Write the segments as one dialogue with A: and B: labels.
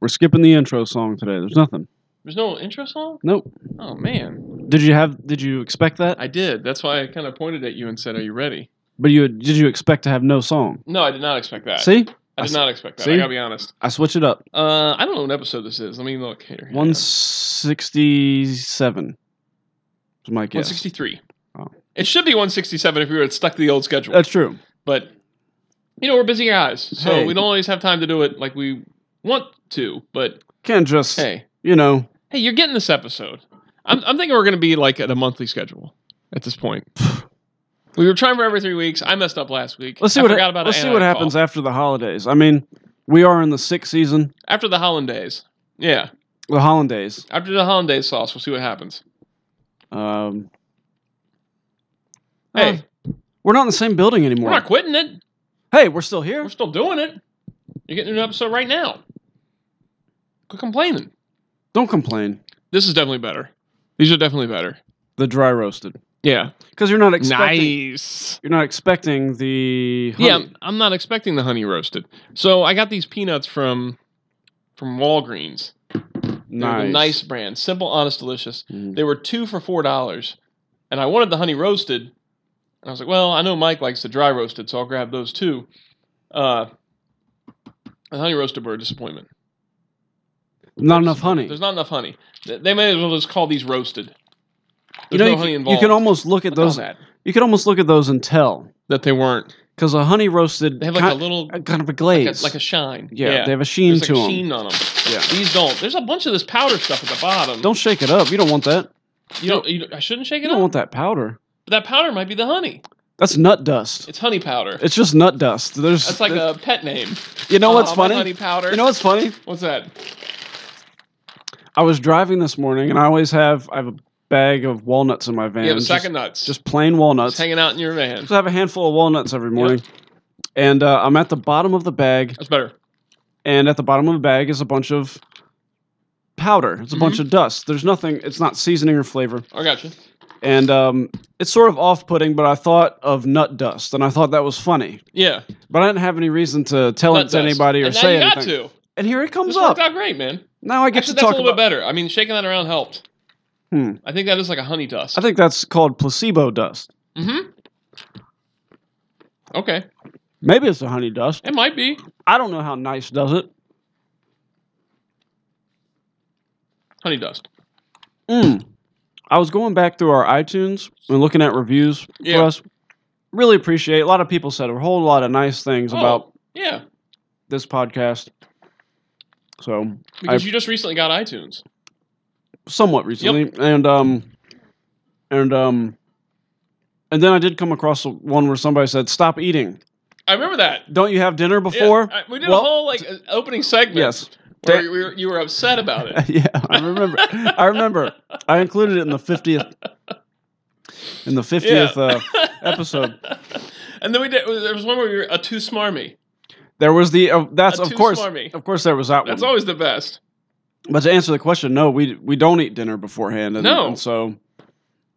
A: We're skipping the intro song today. There's nothing.
B: There's no intro song?
A: Nope.
B: Oh man.
A: Did you have? Did you expect that?
B: I did. That's why I kind of pointed at you and said, "Are you ready?"
A: But you did you expect to have no song?
B: No, I did not expect that.
A: See,
B: I
A: I
B: did
A: s-
B: not expect that.
A: see?
B: I got to be honest.
A: I switch it up.
B: Uh, I don't know what episode this is. Let me look here.
A: One sixty-seven. Is my guess.
B: 163.
A: Oh.
B: It should be 167 if we were stuck to the old schedule.
A: That's true.
B: but you know, we're busy guys, so
A: Hey.
B: we don't always have time to do it like we want to. But
A: Can't just
B: hey,
A: you know.
B: hey, you're getting this episode. I'm, I'm thinking we're going to be like at a monthly schedule at this point. we were trying for every three weeks. I messed up last week.
A: Let's see
B: I
A: what
B: forgot about
A: let's
B: an
A: see what
B: anion call.
A: happens after the holidays. I mean, we are in the sixth season.
B: after the hollandaise. Yeah,
A: The hollandaise.
B: after the hollandaise sauce, we'll see what happens.
A: Um, uh,
B: Hey,
A: we're not in the same building
B: we're
A: anymore.
B: not quitting it.
A: hey, we're still here.
B: We're still doing it. You're getting an episode right now. Quit complaining.
A: Don't complain.
B: This is definitely better. These are definitely better.
A: The dry roasted
B: Yeah.
A: because you're not expecting.
B: Nice.
A: You're not expecting the honey.
B: Yeah, I'm- I'm not expecting the honey roasted. So I got these peanuts from from Walgreens. They're the
A: nice.
B: nice brand. Simple, honest, delicious.
A: Mm.
B: They were two for four dollars, and I wanted the honey roasted. And I was like, well, I know Mike likes the dry roasted, so I'll grab those two. Uh, the honey roasted were a disappointment.
A: Not enough honey.
B: There's not enough honey. Th- They may as well just call these roasted. There's
A: you know,
B: no
A: you,
B: honey
A: can, you
B: involved.
A: can almost look at
B: I found
A: those.
B: that,
A: You can almost look at those and tell
B: that they weren't.
A: because a honey roasted
B: They have like
A: ki-
B: a little,
A: a kind of a
B: like a,
A: glaze,
B: like a shine.
A: yeah, They have a sheen
B: There's
A: to
B: like a
A: them.
B: sheen on them.
A: Yeah.
B: These don't. There's a bunch of this powder stuff at the bottom.
A: Don't shake it up. You don't want that.
B: you don't? You, don't- I shouldn't shake
A: You
B: it
A: don't
B: up.
A: want that powder.
B: But that powder might be the honey.
A: That's nut dust.
B: It's honey powder.
A: It's just nut dust. There's
B: That's like
A: there-
B: a pet name.
A: You know
B: Oh,
A: what's
B: my
A: funny?
B: Honey powder.
A: You know what's funny?
B: what's that?
A: I was driving this morning, and I always have I have a bag of walnuts in my van.
B: you have a
A: just-
B: sack of nuts.
A: just plain
B: It's
A: walnuts.
B: hanging out in your van.
A: Just have a handful of walnuts every morning, and uh, I'm at the bottom of the bag,
B: That's better.
A: and at the bottom of the bag is a bunch of powder. It's a
B: Mm-hmm.
A: bunch of dust. There's nothing. It's not seasoning or flavor,
B: I got you.
A: and um, it's sort of off-putting. But I thought of nut dust, and I thought that was funny.
B: Yeah.
A: But I didn't have any reason to tell
B: nut
A: it to
B: dust.
A: anybody or
B: and
A: say
B: now you
A: anything.
B: got to.
A: And here it comes
B: This
A: up.
B: worked out great, man.
A: Now I get
B: Actually,
A: to
B: that's a
A: talk
B: little
A: about.
B: bit better. I mean, shaking that around helped.
A: Hmm.
B: I think that is like a honey dust.
A: I think that's called placebo dust.
B: mm-hmm. Okay.
A: Maybe it's the honey dust.
B: It might be.
A: I don't know how nice does it.
B: Honey dust.
A: Mm. I was going back through our iTunes and looking at reviews
B: Yeah.
A: for us. Really appreciate. A lot of people said a whole lot of nice things
B: Oh,
A: about
B: Yeah.
A: this podcast. So
B: Because you just recently got iTunes.
A: somewhat recently, and um, and um, and then I did come across one where somebody said, "Stop eating.
B: I remember that.
A: Don't you have dinner
B: Yeah,
A: before?"
B: I- we did
A: Well,
B: a whole like uh, opening segment.
A: yes.
B: Where
A: Dan-
B: you were, you were upset about it.
A: yeah, I remember. I remember. I included it in the fiftieth. In the fiftieth uh, episode,
B: and then we did. There was one where you were a too smarmy.
A: there was the. Uh, that's
B: A
A: of
B: too
A: course.
B: smarmy.
A: Of course, there was that
B: That's
A: one.
B: always the best.
A: but to answer the question, no, we we don't eat dinner beforehand. And,
B: No.
A: and so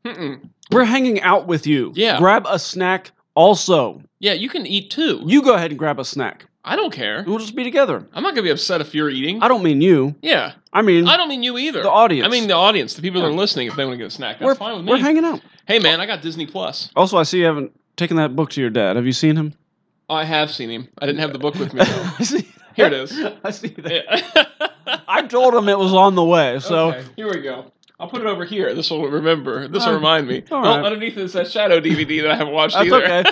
B: Mm-mm.
A: we're hanging out with you.
B: Yeah.
A: Grab a snack. Also,
B: Yeah, you can eat too.
A: you go ahead and grab a snack.
B: I don't care.
A: We'll just be together.
B: I'm not gonna be upset if you're eating.
A: I don't mean you.
B: yeah,
A: I mean
B: I don't mean you either.
A: the audience.
B: I mean the audience, the people that are
A: Yeah.
B: listening. If they want to get a snack, that's
A: we're
B: fine with
A: we're
B: me.
A: hanging out.
B: hey man, I got Disney Plus.
A: Also, I see you haven't taken that book to your dad. Have you seen him?
B: Oh, I have seen him. I didn't have the book with me. though.
A: I see.
B: Here it is.
A: I see that.
B: Yeah.
A: I told him it was on the way, so
B: Okay, here we go. I'll put it over here. This will remember. This will
A: Uh,
B: remind me.
A: all
B: Oh,
A: right.
B: underneath is that shadow DVD that I haven't watched
A: that's
B: either.
A: okay.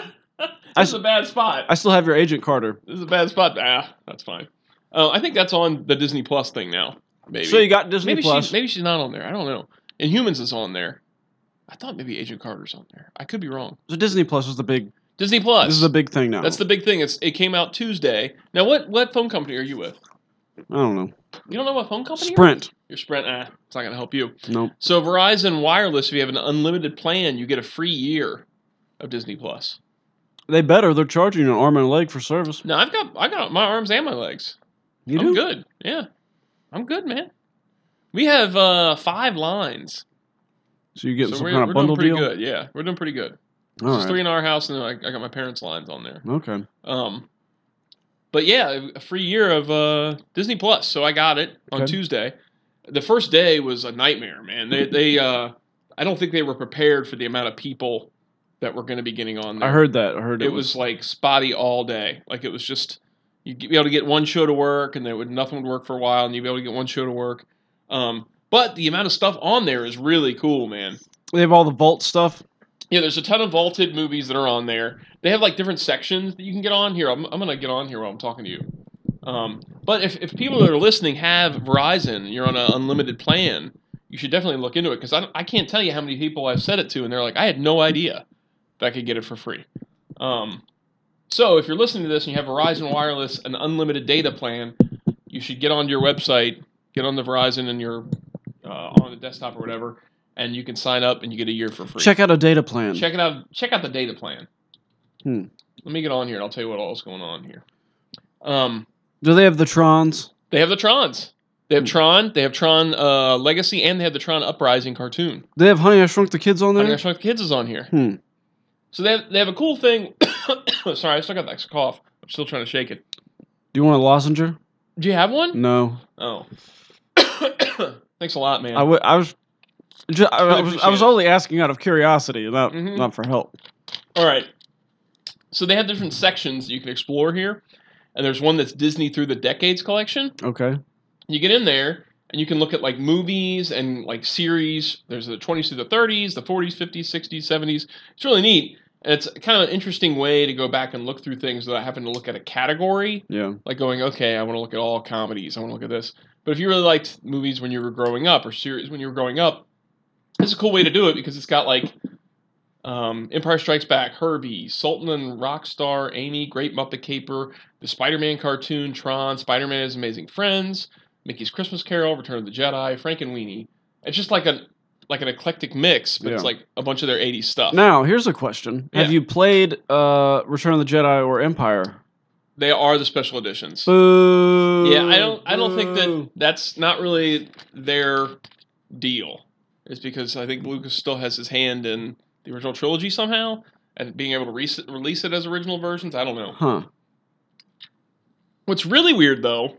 B: this is
A: I-
B: a bad spot.
A: I still have your agent Carter.
B: this is a bad spot. Ah, that's fine. Uh, I think that's on the Disney Plus thing now. Maybe.
A: So you got Disney
B: maybe
A: Plus.
B: She's, maybe she's not on there. I don't know. Inhumans is on there. I thought maybe Agent Carter's on there. I could be wrong.
A: so Disney Plus is the big.
B: Disney Plus.
A: This is a big thing now.
B: That's the big thing. It's it came out Tuesday. Now what what phone company are you with?
A: I don't know.
B: You don't know what phone company? you're with?
A: Sprint.
B: You're Sprint. Ah, it's not gonna help you.
A: Nope.
B: So Verizon Wireless, if you have an unlimited plan, you get a free year of Disney Plus.
A: They better. They're charging you an arm and a leg for service.
B: Now I've got I got my arms and my legs.
A: You
B: I'm
A: do.
B: good. Yeah. I'm good, man. We have uh, five lines.
A: So you're getting
B: so
A: some
B: we're,
A: kind
B: we're
A: of bundle
B: doing pretty
A: deal.
B: good. Yeah. We're doing pretty good.
A: All
B: There's
A: right.
B: three in our house and then I, I got my parents' lines on there.
A: Okay.
B: Um But yeah, a free year of uh, Disney Plus. So I got it on
A: Okay.
B: Tuesday. The first day was a nightmare, man. They, they uh, I don't think they were prepared for the amount of people that were going to be getting on there.
A: I heard that. I heard
B: it,
A: it,
B: was, like spotty all day. Like it was just you'd be able to get one show to work, and there would nothing would work for a while, and you'd be able to get one show to work. Um, but the amount of stuff on there is really cool, man.
A: They have all the vault stuff.
B: Yeah, there's a ton of vaulted movies that are on there. They have like different sections that you can get on here. I'm, I'm gonna get on here while I'm talking to you. Um, but if, if people that are listening have Verizon, you're on an unlimited plan. You should definitely look into it because I, don't- I can't tell you how many people I've said it to, and they're like, I had no idea that I could get it for free. Um, so if you're listening to this and you have Verizon Wireless, an unlimited data plan, you should get onto your website, get on the Verizon and your uh, on the desktop or whatever, and you can sign up and you get a year for free.
A: Check out a data plan.
B: Check it out. Check out the data plan.
A: Hmm.
B: Let me get on here and I'll tell you what all's going on here. Um,
A: Do they have the Trons?
B: they have the Trons. They have
A: Hmm.
B: Tron. They have Tron uh, Legacy, and they have the Tron Uprising cartoon.
A: They have Honey I Shrunk the Kids on
B: Honey, I
A: there.
B: Shrunk the Kids is on here.
A: Hmm.
B: So they have, they have a cool thing. Sorry, I still got that cough. I'm still trying to shake it.
A: Do you want a lozenge?
B: Do you have one?
A: No.
B: Oh. Thanks a lot, man.
A: I wa- I was. ju- I,
B: Really
A: I was, I
B: appreciate
A: was
B: it.
A: only asking out of curiosity, not
B: Mhm.
A: not for help.
B: All right. So they have different sections you can explore here, and there's one that's Disney through the Decades collection.
A: Okay.
B: you get in there and you can look at like movies and like series. There's the 20s through the 30s, the 40s, 50s, 60s, 70s. It's really neat. And it's kind of an interesting way to go back and look through things without having to look at a category
A: Yeah.
B: like going, okay, I want to look at all comedies. I want to look at this. But if you really liked movies when you were growing up or series when you were growing up, it's a cool way to do it because it's got like um, Empire Strikes Back, Herbie, Sultan and Rockstar, Amy, Great Muppet Caper, the Spider-Man cartoon, Tron, Spider-Man and His Amazing Friends, Mickey's Christmas Carol, Return of the Jedi, Frank and Weenie. It's just like a like an eclectic mix, but it's
A: Yeah.
B: like a bunch of their '80s stuff.
A: Now here's a question: Have
B: Yeah.
A: you played uh, Return of the Jedi or Empire?
B: They are the special editions.
A: Boo.
B: Yeah, I don't. I don't think that
A: Boo.
B: that's not really their deal. It's because I think Lucas still has his hand in the original trilogy somehow, and being able to re- release it as original versions. I don't know.
A: Huh.
B: What's really weird though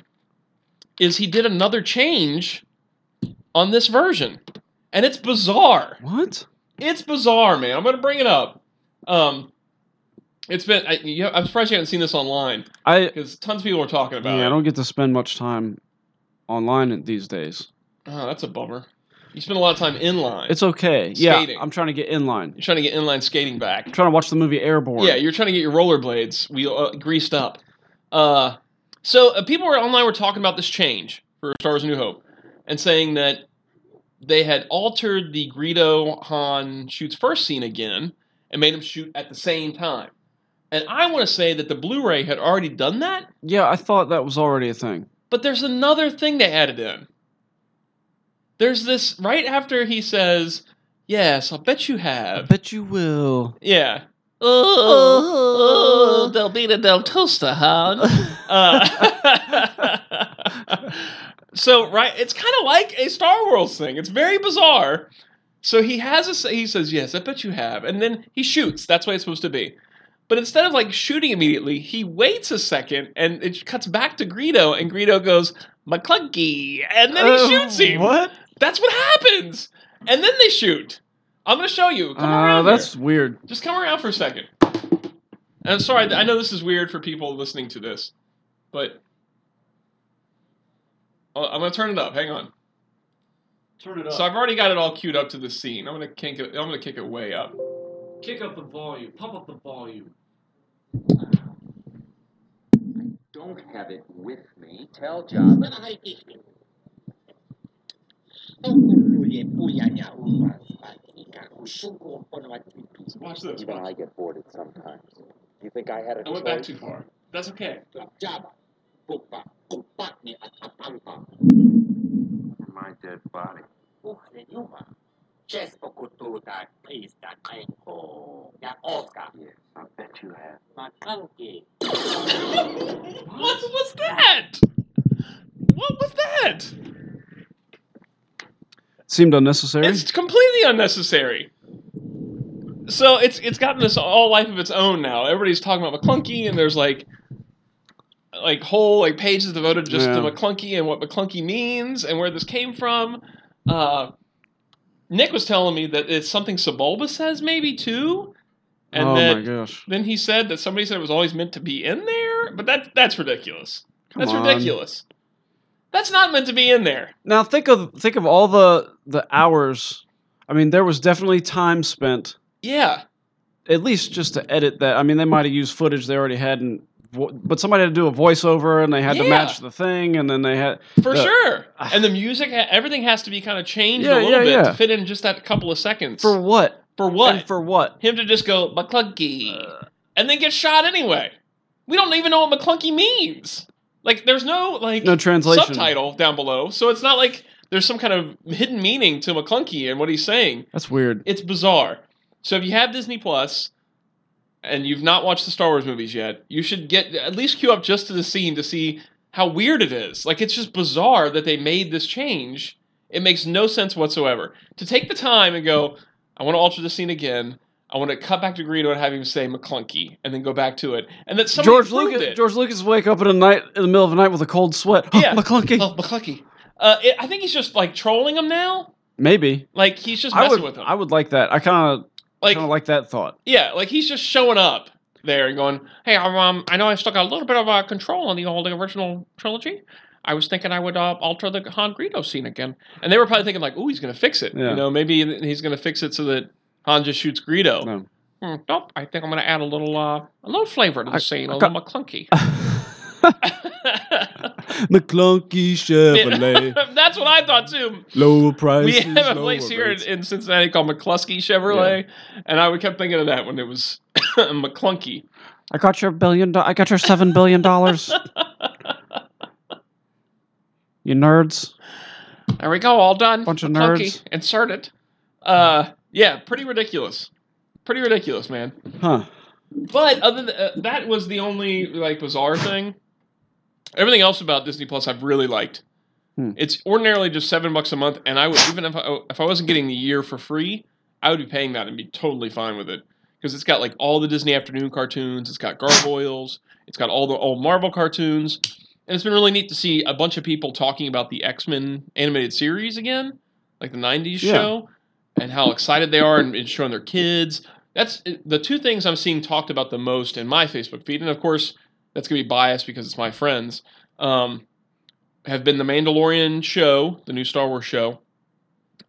B: is he did another change on this version, and it's bizarre.
A: What?
B: It's bizarre, man. I'm gonna bring it up. Um, it's been. I, you I'm surprised you haven't seen this online
A: I
B: because tons of people are talking about
A: yeah, I
B: it.
A: don't get to spend much time online in- these days.
B: Oh, that's a bummer. You spend a lot of time in line.
A: It's okay.
B: Skating.
A: Yeah, I'm trying to get in line.
B: You're trying to get inline skating back.
A: I'm trying to watch the movie Airborne.
B: Yeah, you're trying to get your rollerblades wheel uh, greased up. Uh, so uh, people were online were talking about this change for Star Wars: A New Hope, and saying that they had altered the Greedo Han shoots first scene again and made him shoot at the same time. And I want to say that the Blu-ray had already done that,
A: yeah, I thought that was already a thing.
B: but there's another thing they added in. There's this right after he says, "Yes, I'll bet you
A: I
B: have."
A: bet you will.
B: Yeah. Oh, they'll beat a Del Toaster, huh? Uh, so, right, it's kind of like a Star Wars thing. It's very bizarre. So he has a, s- he says, yes, I bet you have. And then he shoots. That's what it's supposed to be. But instead of like shooting immediately, he waits a second and it cuts back to Greedo and Greedo goes, McClunky. And then he
A: Uh,
B: shoots him.
A: What?
B: That's what happens. And then they shoot. I'm going to show you.
A: Uh,
B: Come around. here.
A: that's weird.
B: Just come around for a second. And I'm sorry, I know this is weird for people listening to this, but Oh, I'm gonna turn it up. Hang on.
A: Turn it
B: So I've already got it all queued up to the scene. I'm gonna kick it. I'm gonna kick it way up.
A: Kick up the volume. Pump up the volume.
C: don't have it with me, tell Jabba I did it.
B: Watch this.
C: Even I get bored at sometimes. Do you think I had a
B: I went back too far. That's okay.
C: Jabba. My dead body. Yes, I bet you have.
B: What was that? What was that?
A: Seemed unnecessary.
B: It's completely unnecessary. So it's it's gotten this all life of its own now. Everybody's talking about McClunky, and there's like like whole like pages devoted just to
A: Yeah.
B: McClunky and what McClunky means and where this came from. Uh, Nick was telling me that it's something Sebulba says maybe too, and
A: oh
B: then
A: my gosh.
B: then he said that somebody said it was always meant to be in there, but that that's ridiculous.
A: Come
B: that's
A: on.
B: ridiculous. That's not meant to be in there.
A: Now think of think of all the the hours. I mean, there was definitely time spent
B: Yeah,
A: at least just to edit that. I mean, they might have used footage they already had, and vo- but somebody had to do a voiceover, and they had to
B: Yeah.
A: match the thing, and then they had
B: for
A: The-
B: sure. And the music, ha- everything has to be kind of changed
A: Ah. Yeah,
B: a little
A: yeah,
B: bit
A: yeah.
B: to fit in just that couple of seconds.
A: for what?
B: For what?
A: And for what?
B: him to just go McClunky
A: Uh.
B: and then get shot anyway. We don't even know what McClunky means. Like, there's no like
A: No translation.
B: subtitle down below, so it's not like there's some kind of hidden meaning to McClunky and what he's saying.
A: That's weird.
B: It's bizarre. So if you have Disney Plus and you've not watched the Star Wars movies yet, you should get at least queue up just to the scene to see how weird it is. Like it's just bizarre that they made this change. It makes no sense whatsoever. To take the time and go, I want to alter the scene again. I want to cut back to Greedo and have him say McClunky, and then go back to it, and that somebody
A: George
B: approved
A: Lucas.
B: it.
A: George Lucas wake up in a night in the middle of the night with a cold sweat.
B: Yeah.
A: McClunky.
B: oh, McClunky. Uh, it, I think he's just like trolling him now.
A: Maybe.
B: Like he's just
A: I
B: messing
A: would.
B: with him.
A: I would like that. I kind of
B: like
A: kind of like that thought.
B: Yeah, like he's just showing up there and going, "Hey, I'm, um, I know I still got a little bit of uh, control on the old original trilogy. I was thinking I would uh, alter the Han Greedo scene again." And they were probably thinking like, "Ooh, he's gonna fix it.
A: Yeah.
B: You know, maybe he's gonna fix it so that Han just shoots Greedo."
A: No.
B: Hmm, nope, I think I'm gonna add a little, uh, a little flavor to the
A: I-
B: scene,
A: I
B: a
A: got-
B: little McClunky.
A: McClunky Chevrolet,
B: That's what I thought too.
A: lower prices.
B: We have a
A: lower
B: place here in,
A: rates.
B: in Cincinnati called McCluskey Chevrolet, and I kept thinking of that when it was McClunky.
A: I got your billion. Do- I got your seven billion dollars. you nerds.
B: There we go, all done.
A: Bunch of
B: Clunky.
A: nerds.
B: Insert it. Uh, yeah, pretty ridiculous. Pretty ridiculous, man.
A: Huh.
B: But other than uh, that was the only like bizarre thing. Everything else about Disney Plus I've really liked.
A: Hmm.
B: It's ordinarily just seven bucks a month, and I would even if I, if I wasn't getting the year for free, I would be paying that and be totally fine with it because it's got like all the Disney afternoon cartoons, it's got Gargoyles, it's got all the old Marvel cartoons, and it's been really neat to see a bunch of people talking about the X Men animated series again, like the '90s
A: Yeah.
B: show, and how excited they are and, and showing their kids. That's the two things I'm seeing talked about the most in my Facebook feed, and of course that's gonna be biased because it's my friends. Um, have been the Mandalorian show, the new Star Wars show,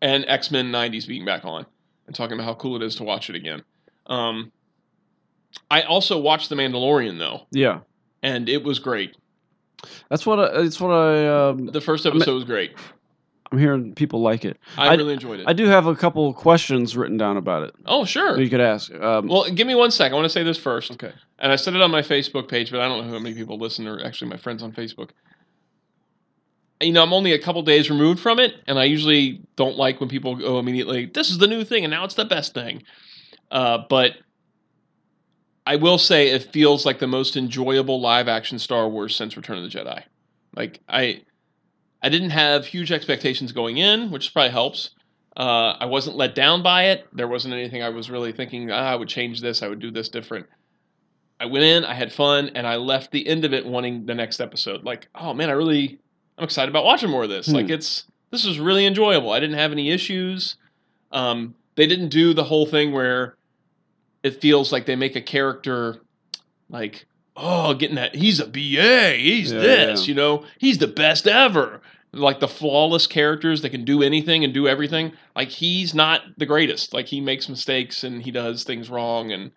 B: and X Men '90s being back on and talking about how cool it is to watch it again. Um, I also watched the Mandalorian though,
A: Yeah.
B: and it was great.
A: That's what. I, it's what I. Um,
B: The first episode was great.
A: I'm hearing people like it.
B: I,
A: I-
B: really enjoyed it.
A: I do have a couple of questions written down about it
B: oh
A: that
B: sure.
A: you could ask. Um,
B: Well, give me one sec. I want to say this first.
A: okay.
B: and I said it on my Facebook page, but I don't know how many people listen or actually my friends on Facebook. You know, I'm only a couple days removed from it, and I usually don't like when people go immediately, this is the new thing, and now it's the best thing. Uh, but I will say it feels like the most enjoyable live action Star Wars since Return of the Jedi. Like, I. I didn't have huge expectations going in, which probably helps. Uh, I wasn't let down by it. There wasn't anything I was really thinking, ah, I would change this, I would do this different. I went in, I had fun, and I left the end of it wanting the next episode. Like, oh man, I really, I'm excited about watching more of this.
A: Hmm.
B: Like, it's this was really enjoyable. I didn't have any issues. Um, they didn't do the whole thing where it feels like they make a character like, oh, getting that he's a BA, he's
A: Yeah,
B: this,
A: yeah.
B: you know, he's the best ever. Like the flawless characters that can do anything and do everything. Like he's not the greatest. Like he makes mistakes and he does things wrong and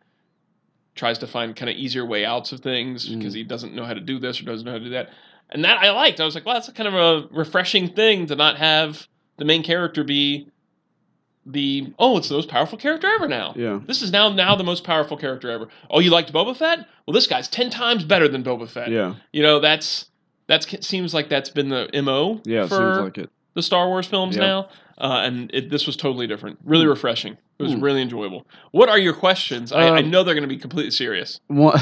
B: tries to find kind of easier way outs of things
A: Mm.
B: because he doesn't know how to do this or doesn't know how to do that. And that I liked. I was like, well, that's kind of a refreshing thing to not have the main character be the oh, it's the most powerful character ever now.
A: Yeah.
B: This is now now the most powerful character ever. Oh, you liked Boba Fett? Well, this guy's ten times better than Boba Fett.
A: Yeah.
B: You know, that's that's seems like that's been the mo
A: Yeah. It
B: for
A: seems like it.
B: the Star Wars films
A: Yeah.
B: now, uh, and it, this was totally different. Really refreshing. It was
A: Hmm.
B: really enjoyable. What are your questions? I, I
A: Um,
B: know they're going to be completely serious.
A: One,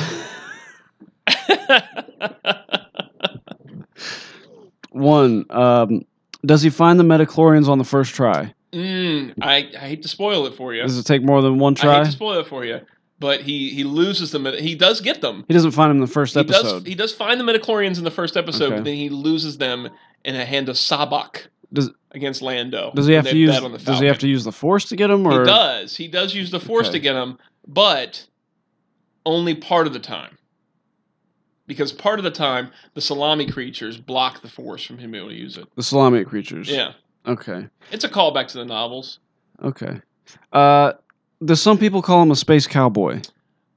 A: one. Um, does he find the metachlorians on the first try?
B: mm, I, I hate to spoil it for you.
A: Does it take more than one
B: I hate
A: try?
B: to spoil it for you. but he he loses them. He does get them.
A: He doesn't find him in the first
B: He
A: episode.
B: does he does find the midichlorians in the first episode,
A: Okay.
B: but then he loses them in a hand of Sabak
A: Does-
B: against Lando.
A: does he
B: and
A: have to
B: they
A: use?
B: bet on the
A: Does he have
B: Falcon.
A: to use the force to get him? Or
B: He does. He does use the force
A: Okay.
B: to get him, but only part of the time. Because part of the time, the salami creatures block the force from him being able to use it.
A: the salami creatures?
B: Yeah.
A: Okay.
B: It's a callback to the novels.
A: Okay. Uh, does some people call him a space cowboy?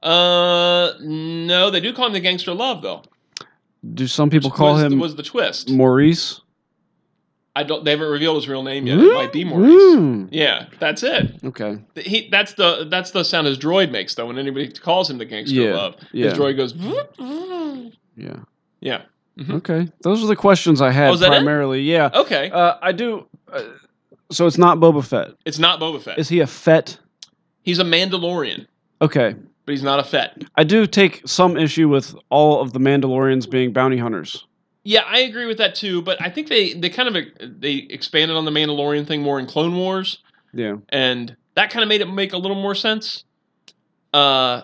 B: Uh, no, they do call him the gangster love, though.
A: Do some people
B: which
A: call
B: was,
A: him
B: was the twist.
A: Maurice?
B: I don't. They haven't revealed his real name yet. It might be Maurice.
A: Mm.
B: Yeah, that's it.
A: Okay.
B: He, that's the that's the sound his droid makes though when anybody calls him the gangster
A: Yeah,
B: love.
A: Yeah.
B: His droid goes. "Vroom, vroom."
A: yeah.
B: Yeah. Mhm.
A: Okay. Those are the questions I had
B: Oh, is that it?
A: primarily. Yeah.
B: Okay,
A: Uh, I do. Uh, so it's not Boba Fett.
B: it's not Boba Fett.
A: Is he a Fett?
B: He's a Mandalorian,
A: Okay.
B: but he's not a Fett.
A: I do take some issue with all of the Mandalorians being bounty hunters.
B: Yeah, I agree with that too. But I think they they kind of they expanded on the Mandalorian thing more in Clone Wars,
A: Yeah.
B: and that kind of made it make a little more sense. Uh,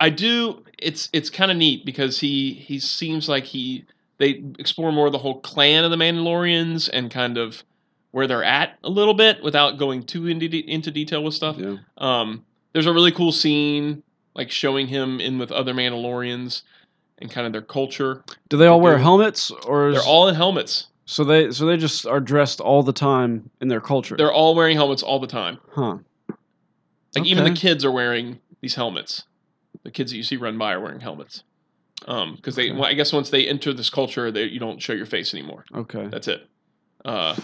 B: I do. It's it's kind of neat because he he seems like he they explore more the whole clan of the Mandalorians and kind of where they're at a little bit without going too into de- into detail with stuff.
A: Yeah.
B: Um, there's a really cool scene like showing him in with other Mandalorians and kind of their culture.
A: Do they all wear
B: They're-
A: helmets or is,
B: They're all in helmets.
A: so they so they just are dressed all the time in their culture?
B: They're all wearing helmets all the time.
A: huh.
B: Like even the
A: Okay.
B: kids are wearing these helmets. The kids that you see run by are wearing helmets. Um, because they,
A: Okay.
B: well, I guess once they enter this culture, they you don't show your face anymore.
A: Okay.
B: That's it. Uh,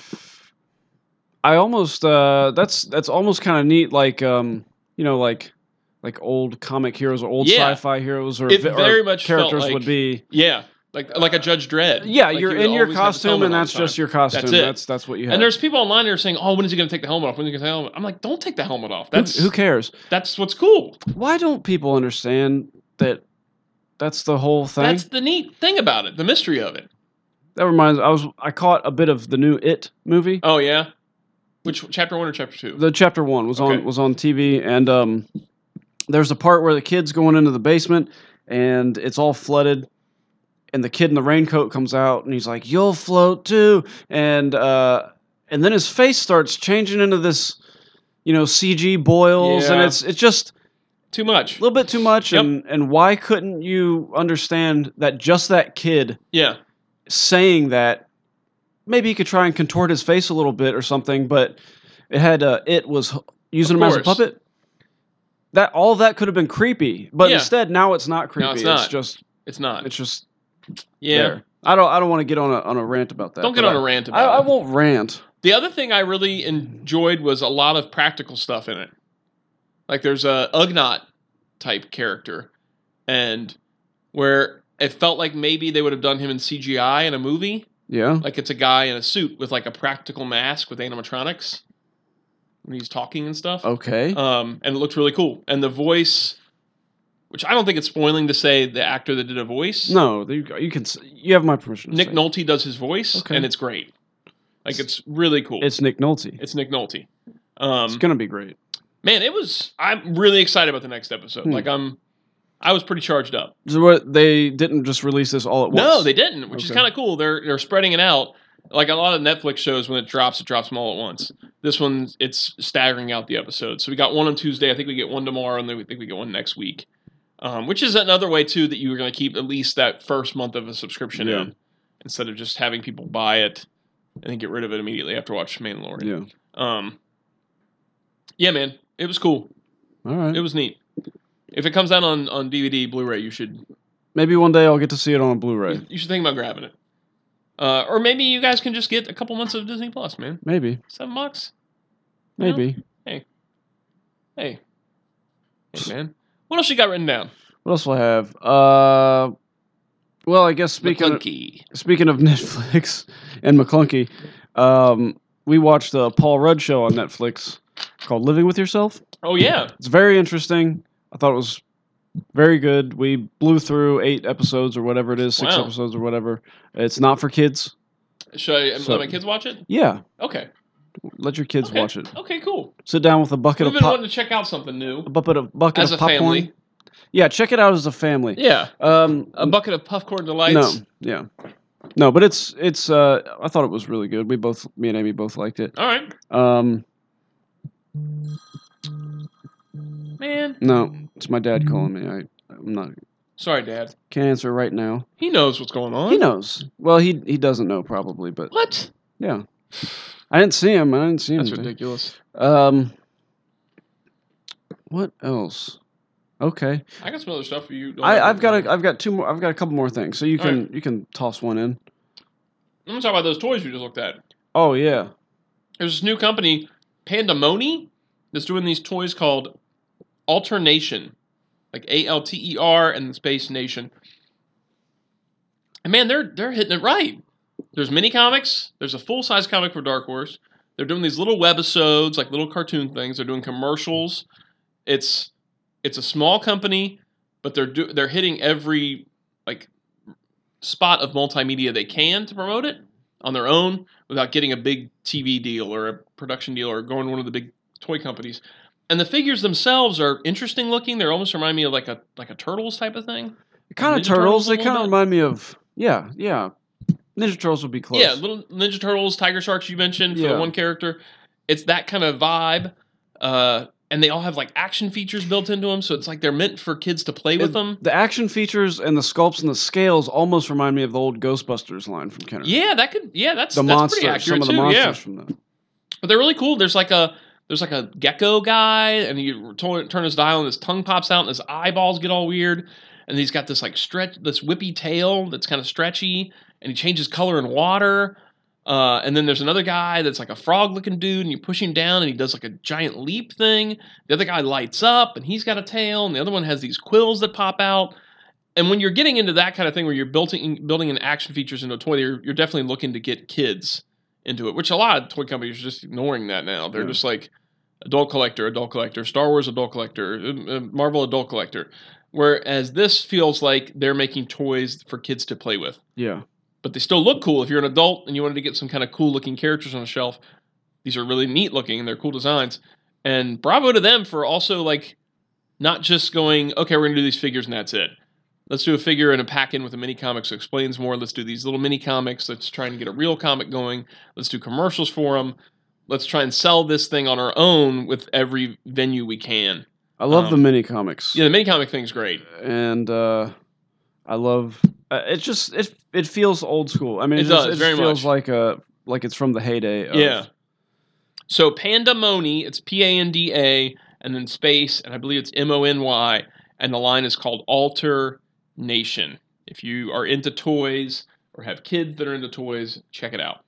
A: I almost uh that's that's almost kind of neat like um you know like like old comic heroes or old
B: Yeah.
A: sci-fi heroes or,
B: It
A: vi- or
B: very much felt
A: characters
B: like-
A: would be
B: yeah, like like a Judge Dredd.
A: yeah
B: Like,
A: you're
B: he would
A: in your
B: always have his
A: costume
B: helmet
A: and
B: on
A: that's
B: the time.
A: just your costume
B: That's
A: that's
B: it.
A: that's, what you have
B: And there's people online that are saying, "Oh, when is he going to take the helmet off? When is he going to take the helmet?" off?" I'm like, "Don't take the helmet off.
A: Who-
B: That's
A: who cares
B: that's what's cool.
A: why don't people understand that that's the whole thing
B: That's the neat thing about it, the mystery of it.
A: that reminds I was I caught a bit of the new It movie
B: Oh yeah, which chapter one or chapter two?
A: the chapter one was
B: Okay.
A: on was on TV, and um, there's a part where the kid's going into the basement, and it's all flooded, and the kid in the raincoat comes out, and he's like, "You'll float too," and uh, and then his face starts changing into this, you know, CG boils, and
B: Yeah.
A: it's it's just
B: Too much.
A: a little bit too much,
B: Yep.
A: and and why couldn't you understand that just that kid
B: Yeah,
A: saying that maybe he could try and contort his face a little bit or something but it had uh, it was h- using
B: Of
A: him as a
B: course.
A: puppet that all that could have been creepy but
B: Yeah.
A: instead now it's not creepy
B: No, it's not.
A: just
B: it's not.
A: it's just
B: yeah,
A: there i don't i don't want to get on a on a rant about that
B: don't get
A: but
B: on a
A: I-
B: rant
A: I,
B: about
A: I
B: it.
A: won't rant
B: The other thing I really enjoyed was a lot of practical stuff in it. Like there's a Ugnaught type character, and where it felt like maybe they would have done him in CGI in a movie.
A: yeah
B: Like it's a guy in a suit with like a practical mask with animatronics, and he's talking and stuff.
A: okay
B: Um, and it looked really cool. And the voice, which I don't think it's spoiling to say the actor that did a voice,
A: no you, you can s- you have my permission to
B: Nick
A: say it.
B: Nolte does his voice,
A: Okay.
B: and it's great. Like it's really cool.
A: it's nick nolte
B: It's Nick Nolte. Um,
A: it's gonna be great
B: man, it was. I'm really excited about the next episode.
A: Hmm.
B: Like I'm, I was pretty charged up.
A: so what they didn't just release this all at once
B: No, they didn't, which is
A: Okay.
B: kind of cool. They're they're spreading it out. Like a lot of Netflix shows, when it drops, it drops them all at once. This one, it's staggering out the episodes. So we got one on Tuesday. I think we get one tomorrow, and then we think we get one next week. Um, which is another way too that you were going to keep at least that first month of a subscription
A: Yeah.
B: in, instead of just having people buy it and then get rid of it immediately after watch Mandalorian.
A: yeah
B: Um, yeah, man, it was cool.
A: all right
B: It was neat. If it comes out on, on DVD, Blu-ray, you should
A: maybe one day i'll get to see it on a blu-ray
B: you, you should think about grabbing it. Uh, or maybe you guys can just get a couple months of Disney Plus, man.
A: maybe
B: Seven bucks. You know?
A: maybe
B: Hey, hey, man. What else you got written down?
A: What else will I have? Uh, well, I guess speaking of,
B: McClunky.
A: speaking of Netflix and McClunky, um, we watched a Paul Rudd show on Netflix called Living with Yourself.
B: Oh yeah,
A: It's very interesting. I thought it was very good. We blew through eight episodes or whatever it is, six
B: Wow.
A: episodes or whatever. It's not for kids.
B: should I
A: So-
B: let my kids watch it?
A: Yeah,
B: Okay.
A: let your kids
B: okay.
A: watch it.
B: Okay, cool.
A: Sit down with a bucket
B: We've
A: of
B: been
A: pop,
B: wanting to check out something new
A: a bucket of bucket
B: as a
A: of popcorn.
B: family.
A: yeah, check it out as a family.
B: Yeah,
A: Um,
B: a bucket of popcorn delights.
A: no, yeah, no, but it's it's. Uh, I thought it was really good. We both, me and Amy, both liked it.
B: All right,
A: Um,
B: man.
A: no, it's my dad calling me. I I'm not
B: Sorry, Dad.
A: can't answer right now.
B: He knows what's going on.
A: He knows. Well, he he doesn't know probably, but
B: What?
A: yeah. I didn't see him. I didn't see him.
B: That's
A: today.
B: ridiculous.
A: Um, what else? Okay,
B: I got some other stuff for you.
A: I, I've got a, I've got two more. I've got a couple more things, so you
B: All
A: can you can toss one in.
B: Let me talk about those toys you just looked at.
A: Oh yeah,
B: There's this new company, Pandemoni, that's doing these toys called Alternation, like A L T E R and the space Nation. And man, they're they're hitting it right. There's mini comics. There's a full size comic for Dark Horse. They're doing these little webisodes, like little cartoon things. They're doing commercials. It's it's a small company, but they're do, they're hitting every like spot of multimedia they can to promote it on their own without getting a big TV deal or a production deal or going to one of the big toy companies. And the figures themselves are interesting looking. They almost remind me of like a like a turtles type of thing.
A: kind
B: Ninja
A: of turtles.
B: Turtles a
A: They
B: little
A: kind of
B: bit?
A: remind me of yeah yeah. Ninja Turtles would be close.
B: Yeah, little Ninja Turtles, Tiger Sharks you mentioned for
A: Yeah.
B: the one character. It's that kind of vibe. Uh, and they all have like action features built into them, so it's like they're meant for kids to play with
A: It-
B: them.
A: the action features and the sculpts and the scales almost remind me of the old Ghostbusters line from Kenner.
B: Yeah, that could. Yeah, that's
A: the
B: that's
A: monsters,
B: pretty
A: some
B: accurate
A: of the
B: too.
A: monsters
B: yeah,
A: from the
B: but they're really cool. There's like a there's like a gecko guy, and you turn turn his dial, and his tongue pops out, and his eyeballs get all weird, and he's got this like stretch, this whippy tail that's kind of stretchy, and he changes color in water. Uh, and then there's another guy that's like a frog looking dude, and you push him down, and he does like a giant leap thing. The other guy lights up, and he's got a tail, and the other one has these quills that pop out. And when you're getting into that kind of thing, where you're building building in action features into a toy, you're, you're definitely looking to get kids into it, which a lot of toy companies are just ignoring that now. They're
A: Yeah.
B: just like adult collector, adult collector, Star Wars adult collector, um, uh, Marvel adult collector. Whereas this feels like they're making toys for kids to play with
A: yeah.
B: but they still look cool. If you're an adult and you wanted to get some kind of cool looking characters on a shelf, these are really neat looking and they're cool designs. And bravo to them for also like not just going, okay, we're gonna do these figures and that's it. Let's do a figure and a pack in with a mini comic so it explains more. Let's do these little mini comics. Let's try and get a real comic going. Let's do commercials for them. Let's try and sell this thing on our own with every venue we can.
A: I love
B: Um,
A: the mini comics.
B: Yeah, the mini comic thing's great.
A: and uh, I love. Uh, it just it it feels old school. I mean,
B: It
A: it, just,
B: does,
A: it
B: very
A: feels
B: much.
A: like a like it's from the heyday. Of,
B: Yeah. So Pandamoni, it's P A N D A, and then space, and I believe it's M O N Y, and the line is called Alter Nation. If you are into toys or have kids that are into toys, check it out.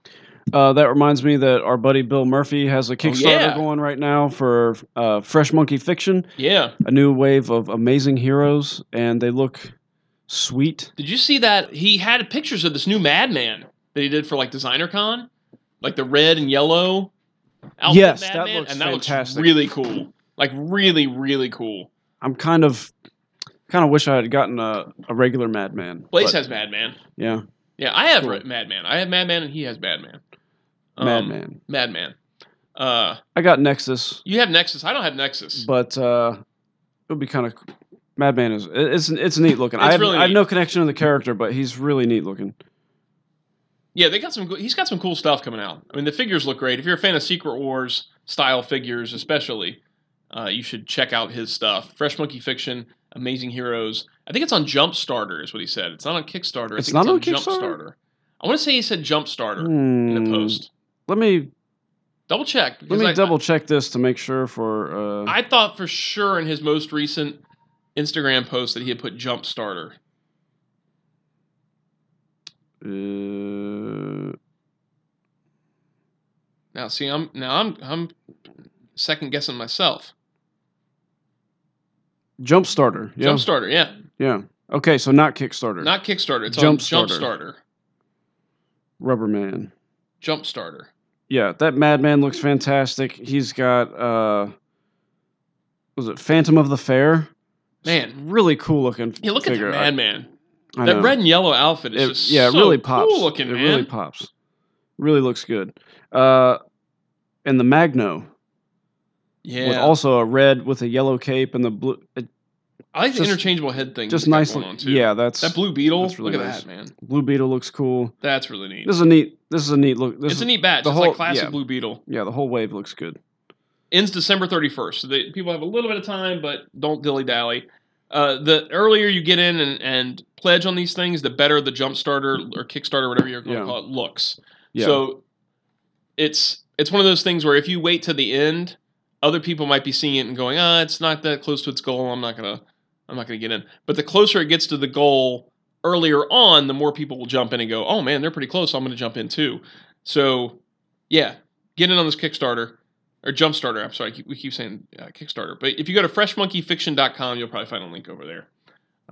A: Uh, that reminds me that our buddy Bill Murphy has a Kickstarter
B: Oh, yeah.
A: going right now for uh, Fresh Monkey Fiction,
B: Yeah.
A: a new wave of amazing heroes, and they look sweet.
B: Did you see that? He had pictures of this new Madman that he did for like Designer Con, like the red and yellow outfit
A: Yes, that
B: Madman,
A: looks
B: and that
A: fantastic.
B: looks really cool. Like really, really cool.
A: I'm kind of kind of wish I had gotten a, a regular Madman.
B: Blaze
A: but,
B: has Madman.
A: yeah,
B: Yeah, I have
A: Cool.
B: Madman. I have Madman, and he has Madman. Um,
A: Madman.
B: Madman. Uh,
A: I got Nexus,
B: you have Nexus. I don't have Nexus.
A: but uh, it would be kind of. Madman is it- it's it's neat looking. I
B: It's
A: have,
B: really
A: I have
B: neat.
A: no connection to the character, but he's really neat looking.
B: yeah, they got some. go- He's got some cool stuff coming out. I mean, the figures look great. If you're a fan of Secret Wars style figures, especially, uh, you should check out his stuff. Fresh Monkey Fiction, Amazing Heroes. I think it's on Jumpstarter, is what he said. It's not on Kickstarter. I
A: It's
B: think
A: not on
B: Jumpstarter.
A: Kickstarter?
B: I want to say he said Jumpstarter in the
A: Hmm.
B: post.
A: Let me
B: Double check.
A: let
B: because
A: me
B: I-
A: double check this to make sure for. Uh,
B: I thought for sure in his most recent Instagram post that he had put Jumpstarter.
A: uh,
B: Now, see, I'm now I'm I'm second guessing myself.
A: Jumpstarter. Yeah,
B: Jumpstarter, yeah,
A: yeah. Okay, so not Kickstarter.
B: not Kickstarter. It's on
A: Jumpstarter.
B: Jumpstarter.
A: Rubberman.
B: Jumpstarter.
A: Yeah, that Madman looks fantastic. He's got uh, was it Phantom of the Fair?
B: Man.
A: really cool looking.
B: Yeah, look
A: figure.
B: at that
A: I-
B: Madman.
A: I
B: That
A: know.
B: red and yellow outfit is
A: It-
B: just
A: yeah,
B: so
A: it really pops.
B: cool looking,
A: it
B: man.
A: really pops. Really looks good. Uh, and the Magno.
B: yeah,
A: with also a red with a yellow cape and the blue. It,
B: I like the
A: Just-
B: interchangeable head thing.
A: Just
B: that they got
A: nice.
B: going on, too.
A: Yeah, that's
B: That blue beetle.
A: that's really
B: look at
A: nice.
B: that man.
A: Blue Beetle looks cool.
B: That's really neat.
A: This is a neat. This is a neat look. This
B: it's
A: is,
B: a neat batch.
A: the
B: It's
A: whole-
B: like classic
A: yeah.
B: Blue Beetle.
A: Yeah, the whole wave looks good.
B: Ends December 31st. So they, people have a little bit of time, but don't dilly dally. Uh, the earlier you get in and, and pledge on these things, the better the jump starter or Kickstarter, whatever you're going to
A: Yeah.
B: call it, looks.
A: Yeah.
B: So it's it's one of those things where if you wait to the end, other people might be seeing it and going, ah, it's not that close to its goal. I'm not gonna I'm not gonna get in. But the closer it gets to the goal earlier on, the more people will jump in and go, oh man, they're pretty close. I'm gonna jump in too. So yeah, get in on this Kickstarter or Jumpstarter. I'm sorry, I keep- we keep saying uh, Kickstarter. But if you go to freshmonkeyfiction.com, you'll probably find a link over there.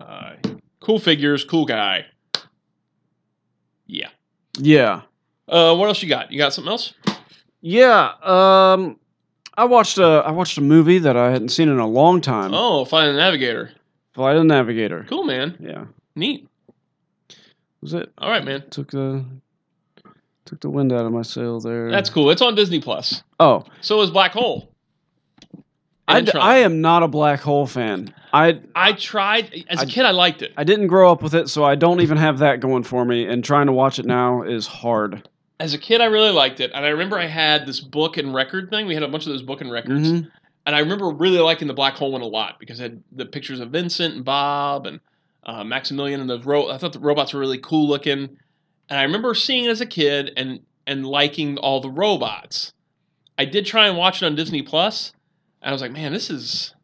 B: Uh, cool figures, cool guy. Yeah.
A: yeah,
B: Uh, what else you got? You got something else?
A: yeah. Um, I watched a I watched a movie that I hadn't seen in a long time.
B: Oh, find the navigator.
A: Flight of the Navigator.
B: Cool, man.
A: Yeah,
B: Neat.
A: was it?
B: All right, man.
A: Took the took the wind out of my sail there.
B: That's cool. It's on Disney Plus.
A: oh,
B: So is Black Hole.
A: I,
B: And
A: d-
B: Trump.
A: I am not a black hole fan. I
B: I tried as a
A: I-
B: kid. I liked it.
A: I didn't grow up with it, so I don't even have that going for me. And trying to watch it now is hard.
B: As a kid, I really liked it, and I remember I had this book and record thing. We had a bunch of those book and records,
A: Mhm.
B: and I remember really liking the Black Hole one a lot because it had the pictures of Vincent and Bob and uh, Maximilian and the ro- I thought the robots were really cool looking, and I remember seeing it as a kid and and liking all the robots. I did try and watch it on Disney Plus, and I was like, man, this is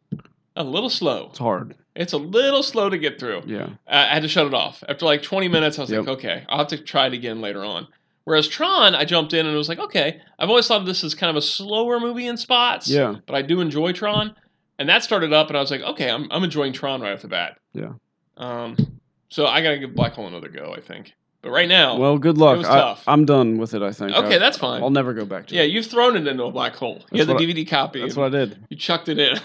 B: a little slow.
A: It's hard.
B: It's a little slow to get through.
A: Yeah.
B: I I had to shut it off. After like 20 minutes, I was
A: Yep.
B: like, okay, I'll have to try it again later on. Whereas Tron, I jumped in and was like, okay, I've always thought of this as kind of a slower movie in spots,
A: Yeah.
B: but I do enjoy Tron. And that started up, and I was like, okay, I'm, I'm enjoying Tron right off the bat.
A: Yeah.
B: Um, so I got to give Black Hole another go, I think. But right now,
A: Well, good luck.
B: was
A: I,
B: tough.
A: I'm done with it. I think.
B: okay,
A: I,
B: that's
A: I'll
B: fine.
A: never go back to.
B: Yeah,
A: it.
B: you've thrown it into a black hole. You
A: That's
B: had the
A: what I-
B: DVD copy.
A: That's
B: and
A: what I did.
B: you chucked it in.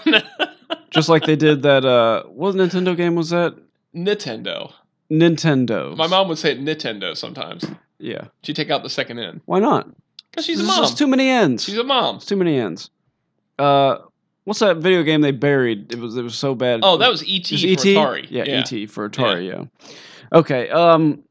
A: Just like they did that. Uh, what Nintendo game was that?
B: Nintendo.
A: Nintendo.
B: My mom would say Nintendo sometimes.
A: Yeah.
B: She'd take out the second end.
A: Why not?
B: Because she's a
A: There's
B: mom.
A: Just too many ends.
B: She's a mom.
A: It's too many ends. Uh, what's that video game they buried? It was it was so bad.
B: Oh, that was E.T.
A: Is
B: for
A: ET?
B: Atari.
A: Yeah, E ET for Atari. Yeah. Okay. Um,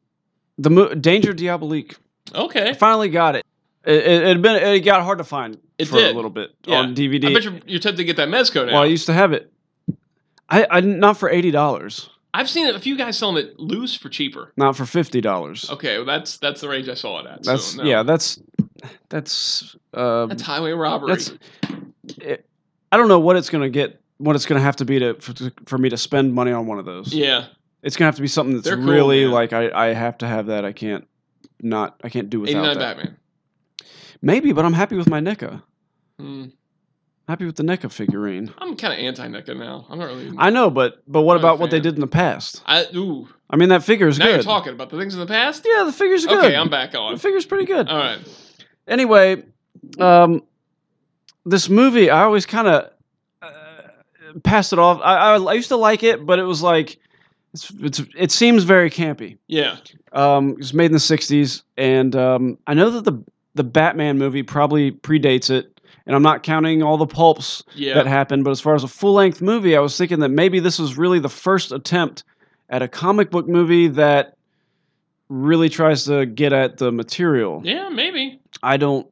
A: the mo- Danger Diabolique. I
B: Okay.
A: finally got it. It, it, it had been it got hard to find
B: It
A: for
B: did.
A: a little bit
B: Yeah.
A: on DVD.
B: I bet you're, you're tempted to get that Mezco now.
A: Well, I used to have it. I, I didn't- not for eighty dollars,
B: I've seen a few guys selling it loose for cheaper.
A: not for fifty dollars.
B: Okay, well, that's that's the range I saw it at.
A: that's
B: so, no.
A: yeah, that's that's uh,
B: That's highway robbery.
A: that's. It, I don't know what it's gonna get, what it's gonna have to be to for, for me to spend money on one of those.
B: yeah.
A: it's gonna have to be something that's
B: They're cool,
A: really
B: man.
A: like I, I have to have that. I can't not I can't do without
B: 89
A: that.
B: Batman.
A: Maybe, but I'm happy with my NECA.
B: Hmm.
A: Happy with the NECA figurine.
B: I'm kind of anti NECA now. I'm not really.
A: I know, but but what
B: Not a
A: about what they
B: fan.
A: did in the past?
B: I- ooh.
A: I mean, that figure's
B: Now
A: good.
B: you're talking about the things in the past?
A: Yeah, the figure's good.
B: Okay, I'm back on. Uh,
A: The figure's pretty good.
B: All right.
A: anyway, um, this movie I always kind of uh, passed it off. I, I, I used to like it, but it was like it's, it's it seems very campy.
B: Yeah.
A: Um, it was made in the '60s, and um, I know that the the Batman movie probably predates it. And I'm not counting all the pulps
B: Yeah.
A: that happened, but as far as a full length movie, I was thinking that maybe this was really the first attempt at a comic book movie that really tries to get at the material.
B: yeah, maybe.
A: I don't.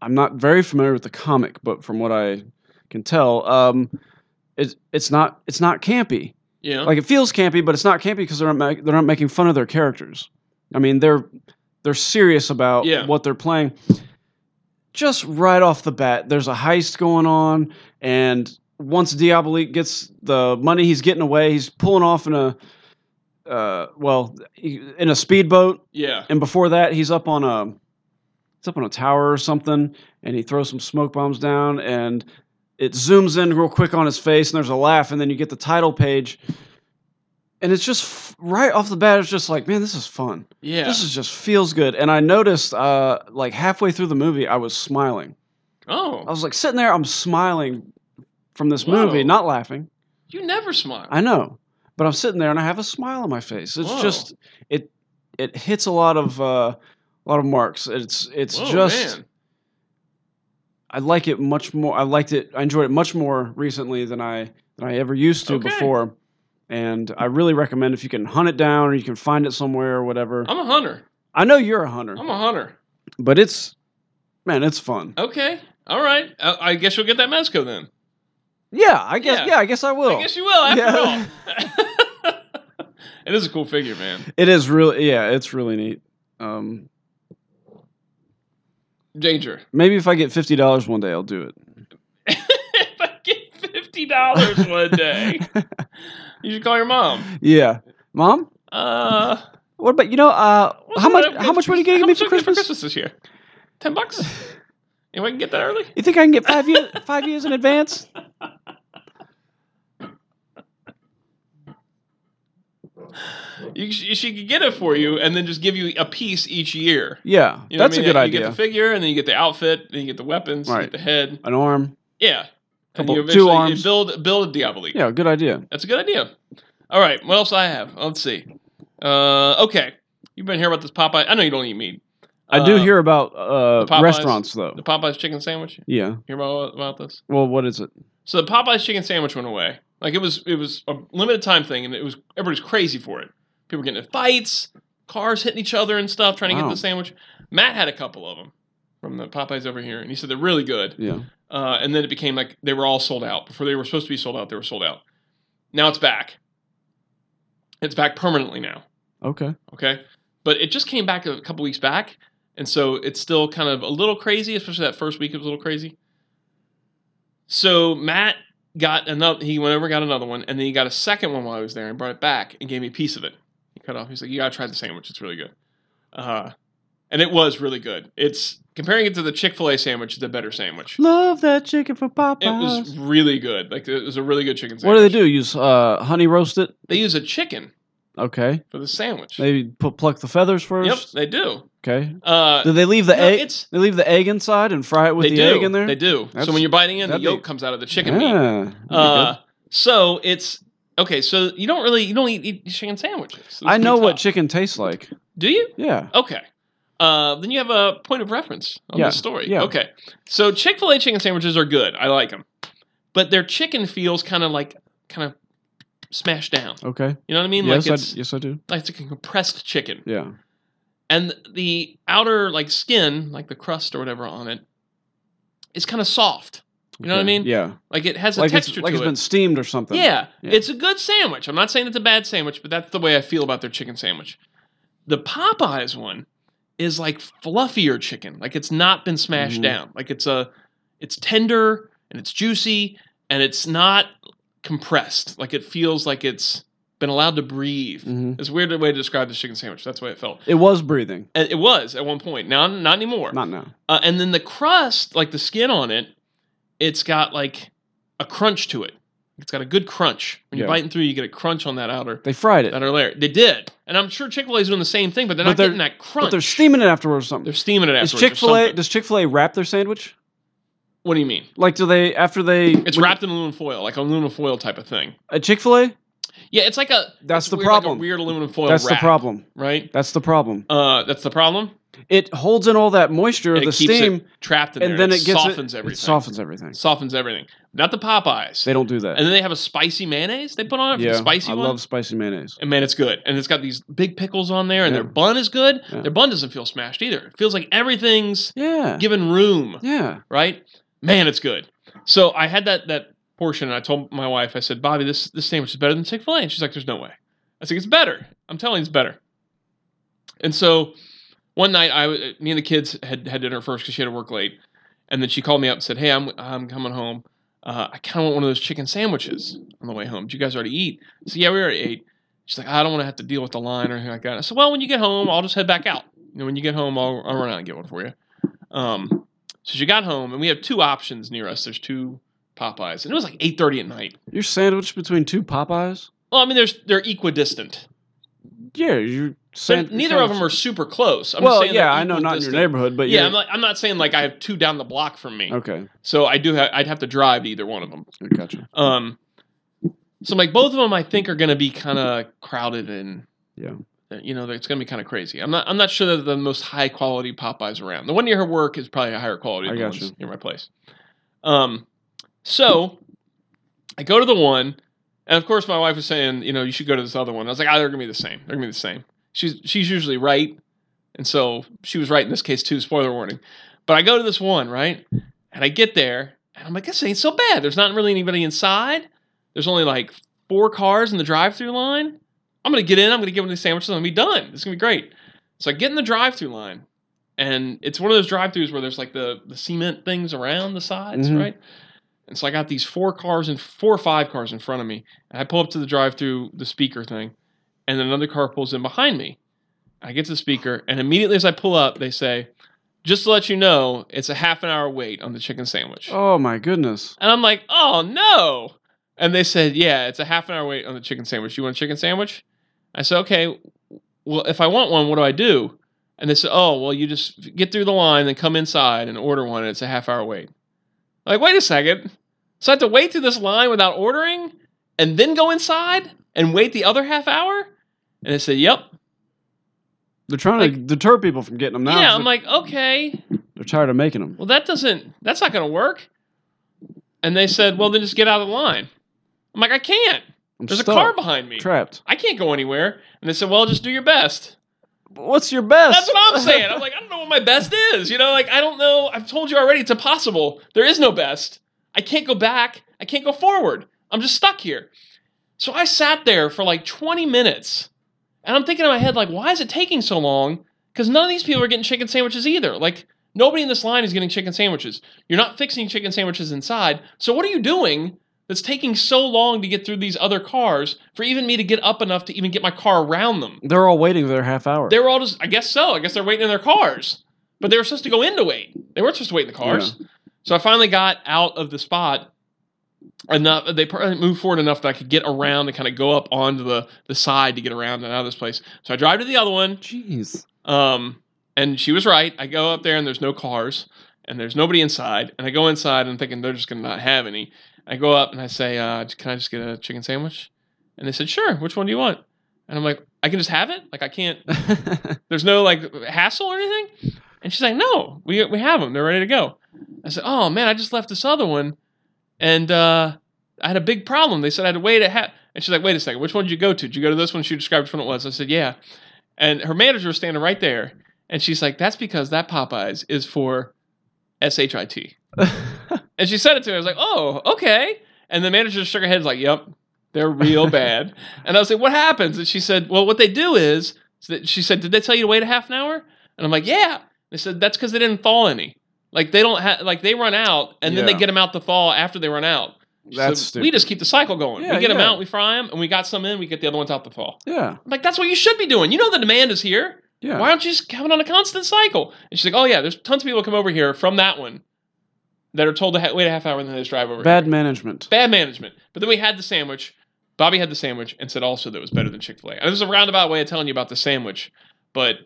A: I'm not very familiar with the comic, but from what I can tell, um, it's it's not it's not campy.
B: Yeah.
A: Like it feels campy, but it's not campy because they're not ma- they're not making fun of their characters. I mean, they're they're serious about
B: Yeah.
A: what they're playing. Just right off the bat, there's a heist going on, and once Diabolique gets the money, he's getting away. He's pulling off in a uh, well he- in a speedboat,
B: yeah.
A: and before that, he's up on a he's up on a tower or something, and he throws some smoke bombs down, and it zooms in real quick on his face, and there's a laugh, and then you get the title page, and it's just f- right off the bat, it's just like, man, this is fun.
B: Yeah.
A: This is just feels good. And I noticed, uh, like halfway through the movie, I was smiling. I
B: oh.
A: was like sitting there, I'm smiling from this
B: Whoa.
A: movie, not laughing.
B: You never smile.
A: I know, but I'm sitting there and I have a smile on my face. It's
B: Whoa.
A: just it it hits a lot of uh, a lot of marks. It's it's
B: Whoa,
A: just
B: man.
A: I like it much more. I liked it. I enjoyed it much more recently than I than I ever used to
B: Okay.
A: before. And I really recommend if you can hunt it down or you can find it somewhere or whatever.
B: I'm a hunter.
A: I know you're a hunter,
B: I'm a hunter.
A: but it's man, it's fun.
B: Okay. All right. I, I guess you'll get that Mezco then.
A: Yeah, I guess.
B: Yeah.
A: Yeah, I guess I will.
B: I guess you will after
A: Yeah.
B: all. it is a cool figure, man.
A: it is really. Yeah, it's really neat. Um,
B: Danger.
A: maybe if I get fifty dollars one day, I'll do it.
B: if I get fifty dollars one day, you should call your mom.
A: Yeah, mom.
B: Uh,
A: What about you know? Uh,
B: what's
A: how
B: the-
A: much? How much were you getting
B: how
A: me
B: much
A: for
B: did I get
A: Christmas?
B: this year? Ten bucks. Anyone can get that early?
A: You think I can get five years? Five years in advance?
B: You, sh- she could get it for you, and then just give you a piece each year.
A: Yeah,
B: You know what
A: that's
B: I mean?
A: a good
B: you
A: idea.
B: You get the figure, and then you get the outfit, then you get the weapons, you
A: Right.
B: get the head.
A: An arm.
B: Yeah.
A: Couple-
B: and you
A: two
B: eventually- you
A: arms.
B: build build a Diabolique.
A: Yeah, good idea.
B: That's a good idea. All right, what else do I have? Let's see. Uh, okay, you've been hearing about this Popeye. I know you don't eat meat.
A: I do
B: Uh,
A: hear about
B: the
A: uh,
B: Popeyes-
A: restaurants though.
B: the Popeye's chicken sandwich.
A: Yeah.
B: Hear about about this?
A: Well, what is it?
B: So the Popeye's chicken sandwich went away. Like it was it was a limited time thing, and it was everybody's crazy for it. People were getting in fights, cars hitting each other and stuff, trying to
A: Wow.
B: get the sandwich. Matt had a couple of them from the Popeyes over here, and he said they're really good.
A: Yeah.
B: uh, and then it became like they were all sold out. Before they were supposed to be sold out, they were sold out. Now it's back. It's back permanently now.
A: Okay.
B: Okay, but it just came back a couple weeks back, and so it's still kind of a little crazy, especially that first week. It was a little crazy. So Matt got another. He went over, and got another one, and then he got a second one while I was there, and brought it back and gave me a piece of it. He cut off. He's like, "You gotta try the sandwich. It's really good." Uh, and it was really good. It's comparing it to the Chick Fil A sandwich. It's a better sandwich.
A: Love that chicken for Popeyes.
B: It was really good. Like it was a really good chicken
A: what
B: sandwich.
A: do they do? Use uh, honey roast it?
B: They use a chicken
A: Okay.
B: for the sandwich.
A: They put pluck the feathers
B: yep,
A: first.
B: they do.
A: Okay.
B: Uh,
A: Do they leave the
B: no,
A: egg?
B: It's
A: They leave the egg inside and fry it with
B: they
A: the
B: do.
A: egg in there.
B: They do.
A: That's-
B: so when you're biting in, the
A: that'd be-
B: yolk comes out of the chicken meat.
A: yeah. that'd be
B: Uh,
A: good.
B: so it's okay. So you don't really you don't eat, eat chicken sandwiches. So
A: I
B: it's
A: know
B: pretty
A: what
B: tough.
A: chicken tastes like.
B: do you?
A: Yeah.
B: Okay. Uh, then you have a point of reference on
A: Yeah,
B: this story.
A: yeah.
B: Okay. So Chick Fil A chicken sandwiches are good. I like them, but their chicken feels kind of like kind of smashed down.
A: Okay.
B: You know what I mean?
A: yes,
B: like
A: I,
B: it's
A: yes, I do.
B: like it's a compressed chicken.
A: Yeah.
B: And the outer like skin, like the crust or whatever on it, is kind of soft. You know what I
A: Okay.
B: mean?
A: Yeah.
B: Like it has a
A: like
B: texture
A: it's, like
B: to
A: it's
B: it.
A: been steamed or something.
B: yeah,
A: Yeah.
B: it's a good sandwich. I'm not saying it's a bad sandwich, but that's the way I feel about their chicken sandwich. The Popeyes one is like fluffier chicken. Like it's not been smashed
A: Mhm.
B: down. Like it's a it's tender and it's juicy and it's not compressed. Like it feels like it's been allowed to breathe.
A: hmm
B: It's a weird way to describe the chicken sandwich. That's the way it felt.
A: It was breathing.
B: And It was at one point. Now, not anymore.
A: Not now.
B: Uh, and then the crust, like the skin on it, it's got like a crunch to it. It's got a good crunch. When you're
A: Yeah.
B: biting through, you get a crunch on that outer
A: They fried it,
B: that outer layer. They did, and I'm sure Chick Fil A is doing the same thing, but they're
A: But
B: not
A: they're-
B: getting that crunch.
A: but they're steaming it afterwards or something.
B: They're steaming it
A: Is
B: afterwards. or
A: Chick Fil A
B: something.
A: does Chick Fil A wrap their sandwich?
B: What do you mean?
A: Like, do they after they
B: It's
A: when-
B: wrapped in aluminum foil, like aluminum foil type of thing.
A: at Chick Fil A?
B: Yeah, it's like a
A: That's
B: it's
A: the
B: weird, like a
A: problem.
B: weird aluminum foil.
A: That's
B: wrap,
A: the problem.
B: right?
A: That's the problem.
B: Uh, that's the problem.
A: It holds in all that moisture,
B: And
A: the
B: it keeps
A: steam,
B: it trapped in
A: and
B: there,
A: then
B: and
A: it, gets
B: softens
A: it,
B: everything.
A: It softens everything.
B: softens everything. Not the Popeyes.
A: They don't do that.
B: And then they have a spicy mayonnaise they put on it. For
A: yeah,
B: the spicy
A: I
B: one.
A: love spicy mayonnaise.
B: and man, it's good. And it's got these big pickles on there, and
A: Yeah.
B: their bun is good.
A: Yeah.
B: Their bun doesn't feel smashed either. It feels like everything's
A: Yeah,
B: given room,
A: yeah.
B: right? Man, it's good. So I had that that portion, and I told my wife, I said, Bobby, this this sandwich is better than Chick Fil A. And she's like, There's no way. I said, It's better. I'm telling you, it's better. And so one night, I w- me and the kids had had dinner first because she had to work late, and then she called me up and said, "Hey, I'm I'm coming home. Uh, I kind of want one of those chicken sandwiches on the way home. Did you guys already eat?" I said, "Yeah, we already ate." She's like, "I don't want to have to deal with the line or anything like that." I said, "Well, when you get home, I'll just head back out. You know, when you get home, I'll, I'll run out and get one for you." Um, so she got home, and we have two options near us. There's two Popeyes, and it was like 8:30 at night.
A: You're sandwiched between two Popeyes.
B: Well, I mean, there's they're equidistant.
A: Yeah, you're.
B: They're-
A: San-
B: neither of them are super close. I'm just
A: well,
B: saying they're
A: yeah, I know, not in your
B: equidistant.
A: neighborhood, but
B: Yeah,
A: you're-
B: I'm, like, I'm not saying like I have two down the block from me.
A: okay,
B: So I do. Ha- I'd have to drive to either one of them.
A: I gotcha.
B: Um, so like both of them, I think are going to be kind of crowded and
A: Yeah.
B: you know, it's going to be kind of crazy. I'm not. I'm not sure they're the most high quality Popeyes around. The one near her work is probably a higher quality.
A: I
B: Than the
A: got
B: ones
A: you.
B: near my place. Um, so I go to the one And of course, my wife was saying, you know, you should go to this other one. I was like, ah, they're gonna be the same. They're gonna be the same. She's she's usually right, and so she was right in this case too. Spoiler warning. But I go to this one right, and I get there, and I'm like, this ain't so bad. There's not really anybody inside. There's only like four cars in the drive-through line. I'm gonna get in. I'm gonna get one of these sandwiches. I'm gonna be done. It's gonna be great. So I get in the drive-through line, and it's one of those drive-throughs where there's like the the cement things around the sides,
A: Mhm.
B: right? And so I got these four cars and four or five cars in front of me. And I pull up to the drive-through, the speaker thing, and then another car pulls in behind me. I get to the speaker, and immediately as I pull up, they say, "Just to let you know, it's a half an hour wait on the chicken sandwich."
A: Oh my goodness.
B: And I'm like, oh no. And they said, yeah, it's a half an hour wait on the chicken sandwich. You want a chicken sandwich? I said, okay. Well, if I want one, what do I do? And they said, oh, well, you just get through the line, then come inside and order one, and it's a half hour wait. I'm like, wait a second. So I have to wait through this line without ordering and then go inside and wait the other half hour? And they said, yep.
A: They're trying to deter people from getting them now.
B: yeah,
A: 'cause
B: I'm like, okay.
A: they're tired of making them.
B: well that doesn't that's not going to work and they said well then just get out of the line i'm like i can't
A: I'm
B: there's
A: stuck,
B: a car behind me
A: trapped.
B: i can't go anywhere and they said well just do your best
A: What's your best?
B: that's what i'm saying i'm like i don't know what my best is you know like i don't know i've told you already it's impossible there is no best i can't go back i can't go forward i'm just stuck here so i sat there for like 20 minutes and i'm thinking in my head like why is it taking so long because none of these people are getting chicken sandwiches either like Nobody in this line is getting chicken sandwiches. You're not fixing chicken sandwiches inside. So what are you doing that's taking so long to get through these other cars for even me to get up enough to even get my car around them?
A: They're all waiting for their half hour.
B: They were all just I guess so. I guess they're waiting in their cars. But they were supposed to go in to wait. They weren't supposed to wait in the cars. So I finally got out of the spot enough they pr- uh, moved forward enough that I could get around and kind of go up onto the, the side to get around and out of this place. So I drive to the other one.
A: Jeez.
B: Um, and she was right. I go up there and there's no cars and there's nobody inside. And I go inside and I'm thinking they're just gonna not have any. I go up and I say, uh, "Can I just get a chicken sandwich?" And they said, "Sure. Which one do you want?" And I'm like, "I can just have it. Like I can't. There's no like hassle or anything." And she's like, "No, we we have them. They're ready to go." I said, "Oh man, I just left this other one, and uh, I had a big problem. They said I had to wait a half." And she's like, "Wait a second. Which one did you go to? Did you go to this one? She described which one it was." I said, "Yeah." And her manager was standing right there, and she's like, "That's because that Popeyes is for S H I T." And she said it to me. I was like, "Oh, okay." And the manager just shook her head, was like, "Yep, they're real bad." and I was like, "What happens?" And she said, "Well, what they do is," she said, "Did they tell you to wait a half an hour?" And I'm like, "Yeah." They said, "That's because they didn't thaw any. Like they don't have, like they run out, and then
A: Yeah.
B: they get them out the thaw after they run out." She
A: That's
B: said,
A: stupid.
B: We just keep the cycle going.
A: Yeah,
B: we get them
A: yeah.
B: out, we fry them, and we got some in. We get the other ones out the thaw.
A: yeah.
B: I'm like, that's what you should be doing. You know the demand is here.
A: Yeah.
B: Why aren't you just coming on a constant cycle? And she's like, oh yeah, there's tons of people come over here from that one that are told to ha- wait a half hour and then they just drive over.
A: Bad management.
B: Bad management. But then we had the sandwich. Bobby had the sandwich and said also that it was better than Chick Fil A. And this is a roundabout way of telling you about the sandwich, but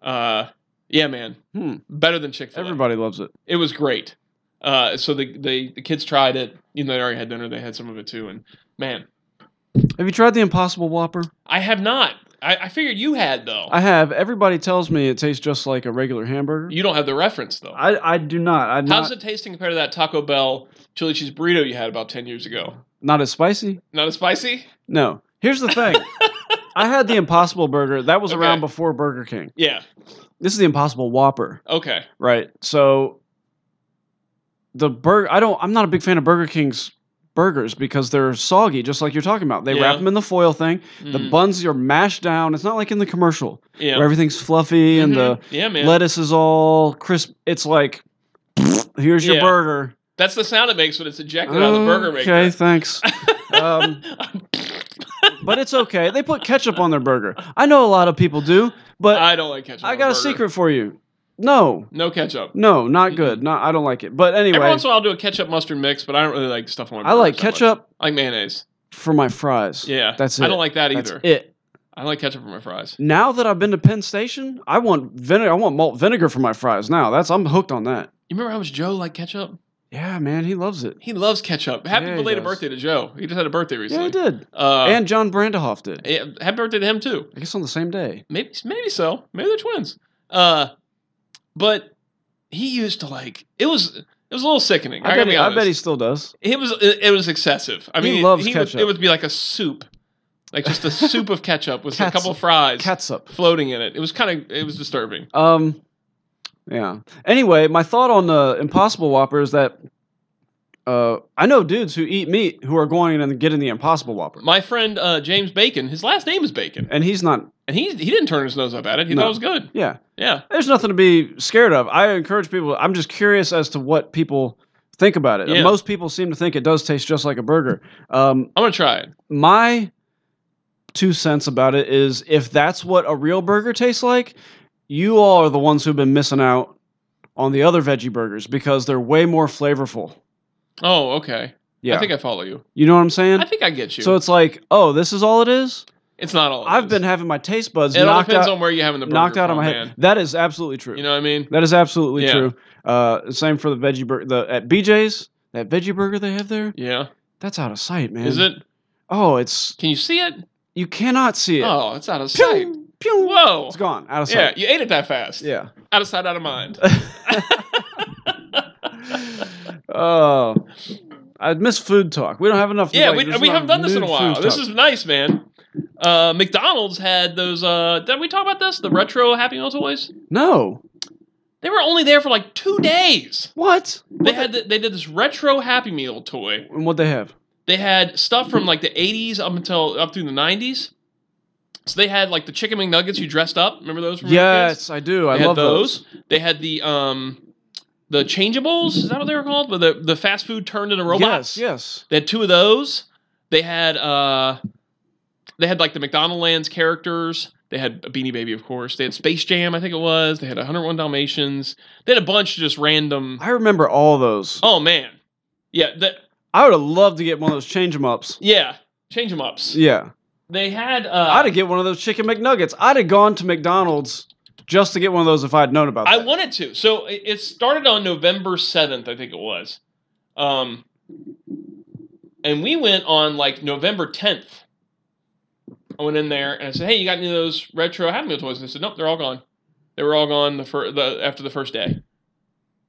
B: uh, yeah, man,
A: Hmm.
B: better than Chick Fil A.
A: Everybody loves it.
B: It was great. Uh, so the, the the kids tried it. Even though they already had dinner, they had some of it too. And man,
A: Have you tried the Impossible Whopper?
B: I have not. I, I figured you had though.
A: I have. Everybody tells me it tastes just like a regular hamburger.
B: You don't have the reference though.
A: I, I do not. I'm
B: How's
A: not,
B: it tasting compared to that Taco Bell chili cheese burrito you had about ten years ago?
A: not as spicy.
B: Not as spicy?
A: No. Here's the thing. I had the Impossible Burger. That was
B: Okay.
A: around before Burger King.
B: Yeah.
A: This is the Impossible Whopper,
B: Okay.
A: right? So the burger. I don't. I'm not a big fan of Burger King's burgers because they're soggy, just like you're talking about. They wrap
B: Yeah.
A: them in the foil thing. The
B: Mm,
A: buns are mashed down. It's not like in the commercial
B: yeah.
A: where everything's fluffy and the
B: Mhm. yeah, man.
A: lettuce is all crisp. It's like here's your
B: Yeah.
A: burger.
B: That's the sound it makes when it's ejected out of the burger maker.
A: Okay, thanks. um, but it's okay. They put ketchup on their burger. I know a lot of people do, but I,
B: I don't like ketchup. on
A: got a
B: burger.
A: secret for you. No,
B: No ketchup.
A: no,
B: Mm-hmm.
A: not good. Not I don't like it. But
B: Every
A: anyway,
B: once in a while, I'll do a ketchup mustard mix, but I don't really like stuff on my
A: I like
B: burgers that much.
A: ketchup
B: I like mayonnaise.
A: for my fries.
B: Yeah,
A: That's
B: I
A: it.
B: don't like that
A: That's
B: either.
A: it.
B: I like ketchup for my fries.
A: Now that I've been to Penn Station, I want vinegar. I want malt vinegar for my fries. Now that's I'm hooked on that.
B: You remember how much Joe liked ketchup?
A: Yeah, man, he loves it.
B: He loves ketchup. Happy
A: Yeah, he
B: belated
A: does.
B: birthday to Joe. He just had a birthday
A: Yeah,
B: recently.
A: he did.
B: Uh,
A: and John Brandehoff did.
B: yeah, happy birthday to him too.
A: I guess on the same day.
B: maybe maybe so. Maybe they're twins. Uh, but he used to like it was it was a little sickening. I,
A: I, bet
B: gotta be
A: he, I
B: honest.
A: bet he still does.
B: it was it, it was excessive. I
A: He
B: mean,
A: loves
B: would-
A: ketchup.
B: it would be like a soup, like just a soup of ketchup with a couple
A: Catsup.
B: fries
A: Catsup.
B: floating in it. It was kind of it was disturbing.
A: Um, yeah. Anyway, my thought on the Impossible Whopper is that uh, I know dudes who eat meat who are going and getting the Impossible Whopper,
B: My friend uh, James Bacon, his last name is Bacon,
A: and he's not.
B: and he he didn't turn his nose up at it. He
A: No.
B: thought it was good.
A: Yeah,
B: Yeah,
A: there's nothing to be scared of. I encourage people. I'm just curious as to what people think about it.
B: Yeah.
A: Most people seem to think it does taste just like a burger. Um,
B: I'm gonna try it.
A: my two cents about it is if that's what a real burger tastes like, you all are the ones who've been missing out on the other veggie burgers because they're way more flavorful.
B: Oh, okay.
A: Yeah.
B: I think I follow you.
A: you know what I'm saying?
B: I think I get you.
A: So it's like, oh, this is all it is?
B: it's not all. it
A: I've
B: is.
A: been having my taste buds
B: It all
A: knocked
B: depends
A: out,
B: on where you're having the burger
A: knocked out of
B: from,
A: my head.
B: man.
A: That is absolutely true.
B: You know what I mean?
A: that is absolutely
B: Yeah.
A: true. Uh, same for the veggie burger. The at BJ's, that veggie burger they have there,
B: Yeah.
A: that's out of sight, man.
B: Is it?
A: Oh, it's
B: Can you see it?
A: you cannot see it.
B: Oh, it's out of
A: Pew!
B: sight.
A: Pew!
B: Whoa.
A: It's gone out of
B: Yeah,
A: sight.
B: you ate it that fast.
A: Yeah.
B: Out of sight, out of mind.
A: oh, I miss food talk. We don't have enough.
B: yeah,
A: like,
B: we,
A: there's
B: we
A: not
B: haven't done this in a
A: food
B: while. This
A: talk.
B: is nice, man. Uh, McDonald's had those. Uh, did we talk about this? The retro Happy Meal toys.
A: no.
B: They were only there for like two days.
A: What?
B: They had the, they did this retro Happy Meal toy.
A: and what they have?
B: They had stuff from like the 80s up until up through the 90s. So they had like the chicken McNuggets you dressed up. Remember those? From when we were kids?
A: Yes, I do. I
B: They had
A: love those.
B: They had the um, the changeables. Is that what they were called? Where the the fast food turned into
A: Yes,
B: robots.
A: yes.
B: They had two of those. They had uh, they had like the McDonald Lands characters. They had Beanie Baby, of course. They had Space Jam, I think it was. They had 101 Dalmatians. They had a bunch of just random.
A: I remember all those.
B: Oh man, yeah, that
A: I would have loved to get one of those change 'em ups.
B: yeah, change them ups.
A: Yeah,
B: They had. Uh,
A: I'd have get one of those chicken McNuggets. I'd have gone to McDonald's just to get one of those if I'd known about.
B: I
A: that.
B: wanted to. So it it started on November 7th, I think it was. Um, and we went on like November 10th. I went in there and I said, "Hey, you got any of those retro Happy Meal toys?" And they said, "Nope, they're all gone. They were all gone the, fir- the after the first day."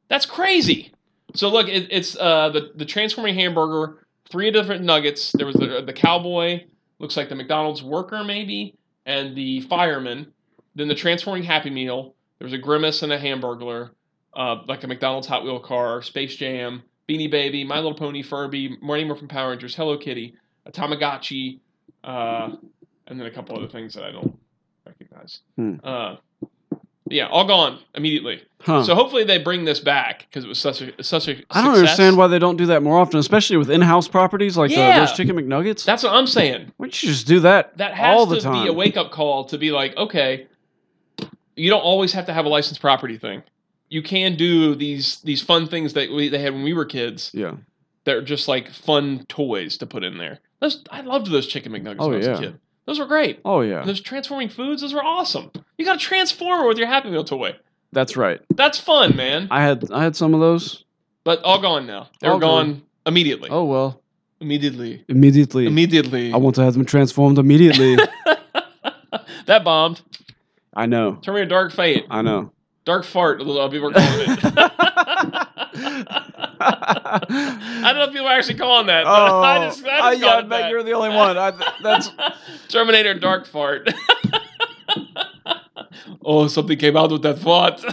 B: That's crazy. So look, it, it's uh, the the transforming hamburger, three different nuggets. There was the, the cowboy, looks like the McDonald's worker maybe, and the fireman. Then the transforming Happy Meal. There was a grimace and a Hamburglar, uh, like a McDonald's Hot Wheel car, Space Jam, Beanie Baby, My Little Pony, Furby, Marty Moore from Power Rangers, Hello Kitty, a Tamagotchi, uh, and then a couple other things that I don't recognize.
A: Hmm.
B: Uh, yeah, all gone immediately.
A: Huh.
B: So hopefully they bring this back because it was such a such a.
A: I don't
B: success.
A: understand why they don't do that more often, especially with in-house properties like the-
B: Yeah.
A: those chicken McNuggets.
B: That's what I'm saying.
A: Why don't you just do that,
B: That has
A: all
B: to
A: the time?
B: be a wake up call to be like, okay, you don't always have to have a licensed property thing. You can do these these fun things that we, they had when we were kids
A: yeah.
B: that are just like fun toys to put in there. Those I loved those chicken McNuggets
A: Oh,
B: when I was
A: yeah.
B: a kid. Those were great.
A: Oh yeah.
B: Those transforming foods, those were awesome. You got to transform with your Happy Meal toy.
A: That's right.
B: That's fun, man.
A: I had I had some of those.
B: But all gone now. They're
A: All
B: gone
A: gone.
B: immediately.
A: Oh well.
B: Immediately.
A: Immediately.
B: Immediately.
A: I want to have them transformed immediately.
B: that bombed.
A: I know.
B: Terminator Dark Fate.
A: I know.
B: Dark fart, a little people are calling it. I don't know if people are actually calling that. But I just, I just
A: uh, yeah,
B: called
A: Oh, I
B: it
A: bet
B: that.
A: you're the only one. I, th- that's
B: Terminator Dark Fart. oh, something came out with that fart.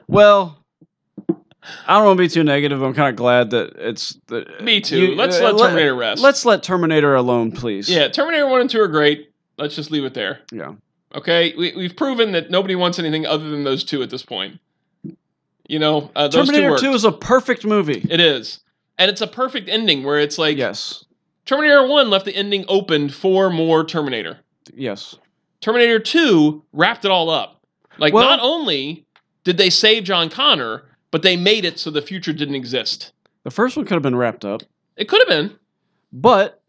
A: well. I don't want to be too negative. I'm kind of glad that it's. That,
B: Me too. Let's let Terminator rest.
A: uh, Let's let Terminator alone, please.
B: yeah, Terminator 1 and 2 are great. Let's just leave it there.
A: Yeah.
B: Okay? We, we've proven that nobody wants anything other than those two at this point. You know, uh, those
A: Terminator
B: two,
A: 2
B: worked.
A: is a perfect movie.
B: It is. And it's a perfect ending where it's like,
A: Yes.
B: Terminator 1 left the ending open for more Terminator.
A: Yes.
B: Terminator 2 wrapped it all up. Like,
A: Well-
B: not only did they save John Connor, but they made it so the future didn't exist.
A: The first one could have been wrapped up.
B: It could have been.
A: But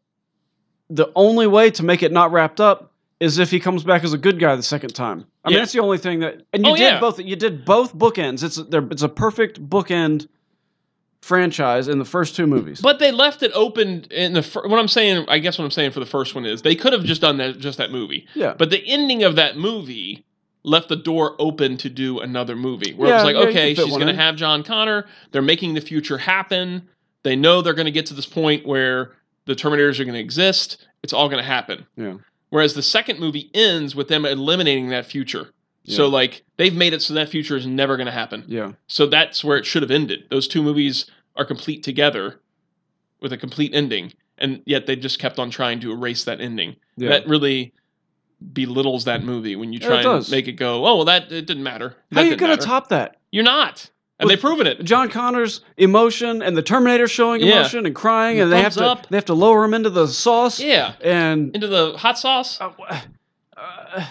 A: the only way to make it not wrapped up is if he comes back as a good guy the second time. I
B: Yeah.
A: mean, that's the only thing that. And you
B: Oh,
A: did
B: yeah.
A: both. You did both bookends. It's they're- it's a perfect bookend franchise in the first two movies.
B: But they left it open in the fir- what I'm saying, I guess what I'm saying for the first one is they could have just done that just that movie.
A: yeah,
B: But the ending of that movie left the door open to do another movie where
A: Yeah,
B: it was
A: yeah, you
B: like, okay,
A: could fit
B: she's
A: one
B: going
A: in.
B: to have John Connor. They're making the future happen. They know they're going to get to this point where the Terminators are going to exist. It's all going to happen.
A: Yeah.
B: Whereas the second movie ends with them eliminating that future. So
A: Yeah.
B: like they've made it so that future is never going to happen.
A: Yeah.
B: So that's where it should have ended. Those two movies are complete together with a complete ending, and yet they just kept on trying to erase that ending.
A: Yeah.
B: That really belittles that movie when you
A: Yeah, it
B: try and
A: does.
B: make it go, oh, well, that it didn't matter.
A: How
B: That
A: are you
B: didn't
A: going to
B: matter."
A: top that?
B: You're not. And
A: With-
B: they've proven it.
A: John Connor's emotion and the Terminator showing
B: Yeah.
A: emotion and crying,
B: And
A: and
B: the
A: they have to
B: thumbs up.
A: they have to lower him into the sauce.
B: Yeah.
A: And
B: Into the hot sauce.
A: uh, w- uh,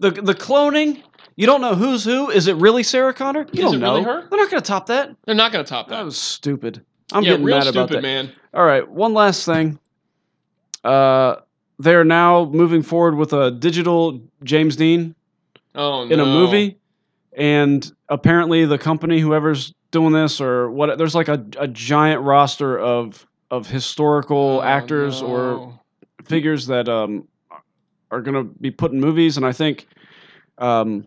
A: the the cloning, you don't know who's who. Is it really Sarah Connor? You
B: Is
A: don't
B: it
A: know.
B: really her?
A: They're not going to top that.
B: They're not going to top
A: That
B: that.
A: was stupid. I'm
B: yeah,
A: getting
B: real
A: mad
B: stupid,
A: about that.
B: man.
A: All right, one last thing. Uh, they're now moving forward with a digital James Dean
B: Oh no.
A: in a movie, and apparently the company, whoever's doing this or what, there's like a, a giant roster of of historical
B: Oh,
A: actors or
B: no.
A: figures that um are gonna be put in movies, and I think, um,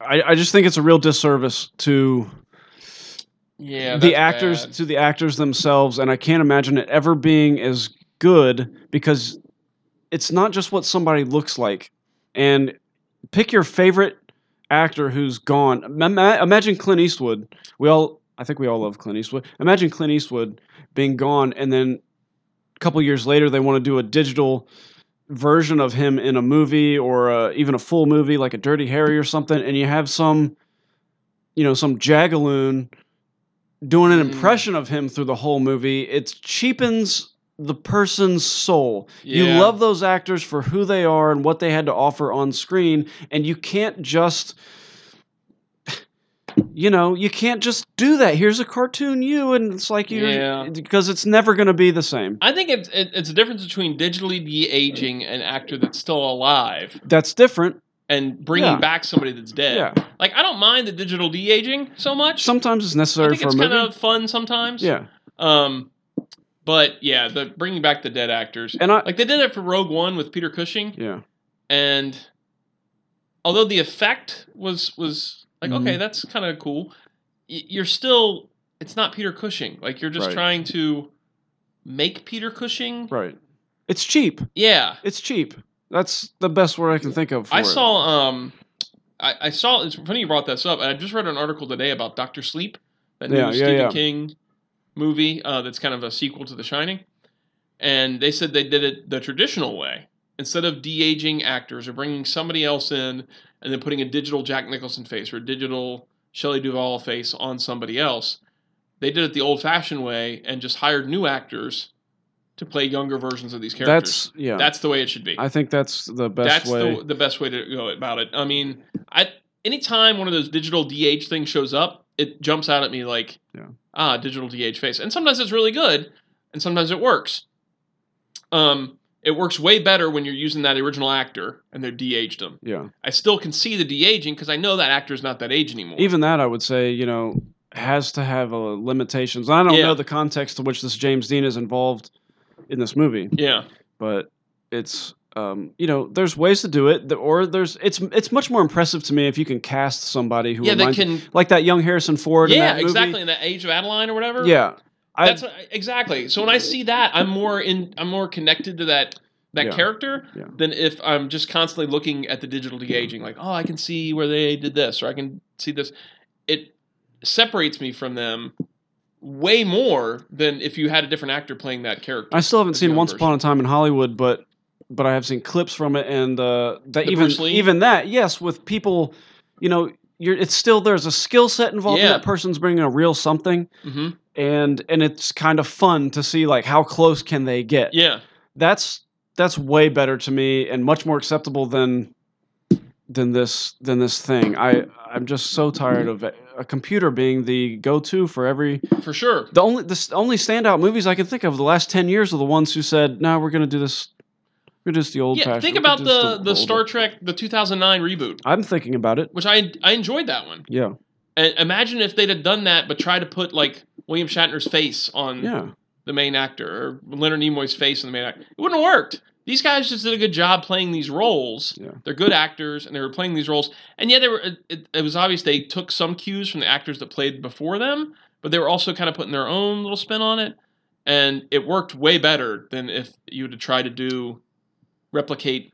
A: I I just think it's a real disservice to
B: yeah,
A: the
B: that's
A: actors
B: bad.
A: to the actors themselves, and I can't imagine it ever being as good because it's not just what somebody looks like. And pick your favorite actor who's gone. Ima- Imagine Clint Eastwood. We all, I think we all love Clint Eastwood. Imagine Clint Eastwood being gone, and then a couple years later they want to do a digital version of him in a movie or uh even a full movie like a Dirty Harry or something, and you have some, you know, some jagaloon doing an
B: Mm.
A: impression of him through the whole movie. It cheapens the person's soul.
B: Yeah.
A: You love those actors for who they are and what they had to offer on screen, and you can't just you know, you can't just do that. Here's a cartoon you and it's like you
B: Yeah.
A: because it's never going to be the same.
B: I think it's it, it's a difference between digitally de-aging an actor that's still alive
A: That's different.
B: and bringing
A: Yeah.
B: back somebody that's dead.
A: Yeah.
B: Like I don't mind the digital de-aging so much.
A: Sometimes it's
B: I
A: necessary
B: think
A: for
B: it's
A: a
B: kind
A: movie.
B: of fun sometimes.
A: yeah.
B: Um, but yeah, the bringing back the dead actors.
A: And I
B: Like they did it for Rogue One with Peter Cushing,
A: yeah.
B: and although the effect was was like
A: Mhm.
B: okay, that's kind of cool. y- You're still it's not Peter Cushing. Like you're just
A: Right.
B: trying to make Peter Cushing.
A: Right. It's cheap.
B: Yeah.
A: It's cheap. That's the best word I can think of for
B: I
A: it.
B: saw um I, I saw it's funny you brought this up, and I just read an article today about Doctor Sleep, that new
A: Yeah, yeah,
B: Stephen
A: yeah.
B: King movie uh, that's kind of a sequel to The Shining. And they said they did it the traditional way instead of de aging actors or bringing somebody else in and then putting a digital Jack Nicholson face or a digital Shelley Duvall face on somebody else. They did it the old fashioned way and just hired new actors to play younger versions of these characters.
A: That's yeah.
B: That's, the way it should be
A: I think that's the best
B: that's
A: way.
B: The, the best way to go about it. I mean, I anytime one of those digital DH things shows up, it jumps out at me like,
A: Yeah.
B: ah, digital DH face, and sometimes it's really good, and sometimes it works. Um, it works way better when you're using that original actor and they're de-aged them.
A: yeah.
B: I still can see the de-aging because I know that actor's not that age anymore.
A: Even that, I would say, you know, has to have a limitations. I don't
B: Yeah.
A: know the context to which this James Dean is involved in this movie,
B: yeah,
A: but it's um, you know, there's ways to do it, th- or there's it's it's much more impressive to me if you can cast somebody who
B: yeah, they
A: reminds
B: can.
A: like that young Harrison Ford. in that
B: Yeah,
A: movie.
B: exactly. In that Age of Adeline or whatever.
A: Yeah, I,
B: That's what, exactly. So when I see that, I'm more in. I'm more connected to that that
A: Yeah.
B: character
A: Yeah.
B: than if I'm just constantly looking at the digital de-aging. Like, oh, I can see where they did this, or I can see this. It separates me from them way more than if you had a different actor playing that character.
A: I still haven't
B: the
A: seen
B: young
A: Once
B: version.
A: Upon a Time in Hollywood, but but I have seen clips from it, and uh, that
B: The
A: even
B: Bruce Lee?
A: even that, yes, with people, you know, you're it's still there's a skill set involved. in
B: Yeah.
A: That person's bringing a real something,
B: hmm
A: and and it's kind of fun to see like how close can they get.
B: Yeah,
A: That's that's way better to me, and much more acceptable than than this than this thing. I I'm just so tired of a, a computer being the go-to for every
B: for sure.
A: the only the s- only standout movies I can think of the last ten years are the ones who said, "No, we're gonna do this. We're gonna do this the old
B: Yeah,
A: fashioned."
B: think
A: we're gonna
B: about
A: do this
B: the the
A: old
B: Star
A: way."
B: Trek the 2009 reboot,
A: I'm thinking about it.
B: which I I enjoyed that one.
A: Yeah,
B: And imagine if they'd have done that, but tried to put like William Shatner's face on
A: yeah,
B: the main actor or Leonard Nimoy's face in the main actor. It wouldn't have worked. These guys just did a good job playing these roles.
A: Yeah.
B: They're good actors, and they were playing these roles. And yeah, they were. It, it was obvious they took some cues from the actors that played before them, but they were also kind of putting their own little spin on it, and it worked way better than if you would have tried to do replicate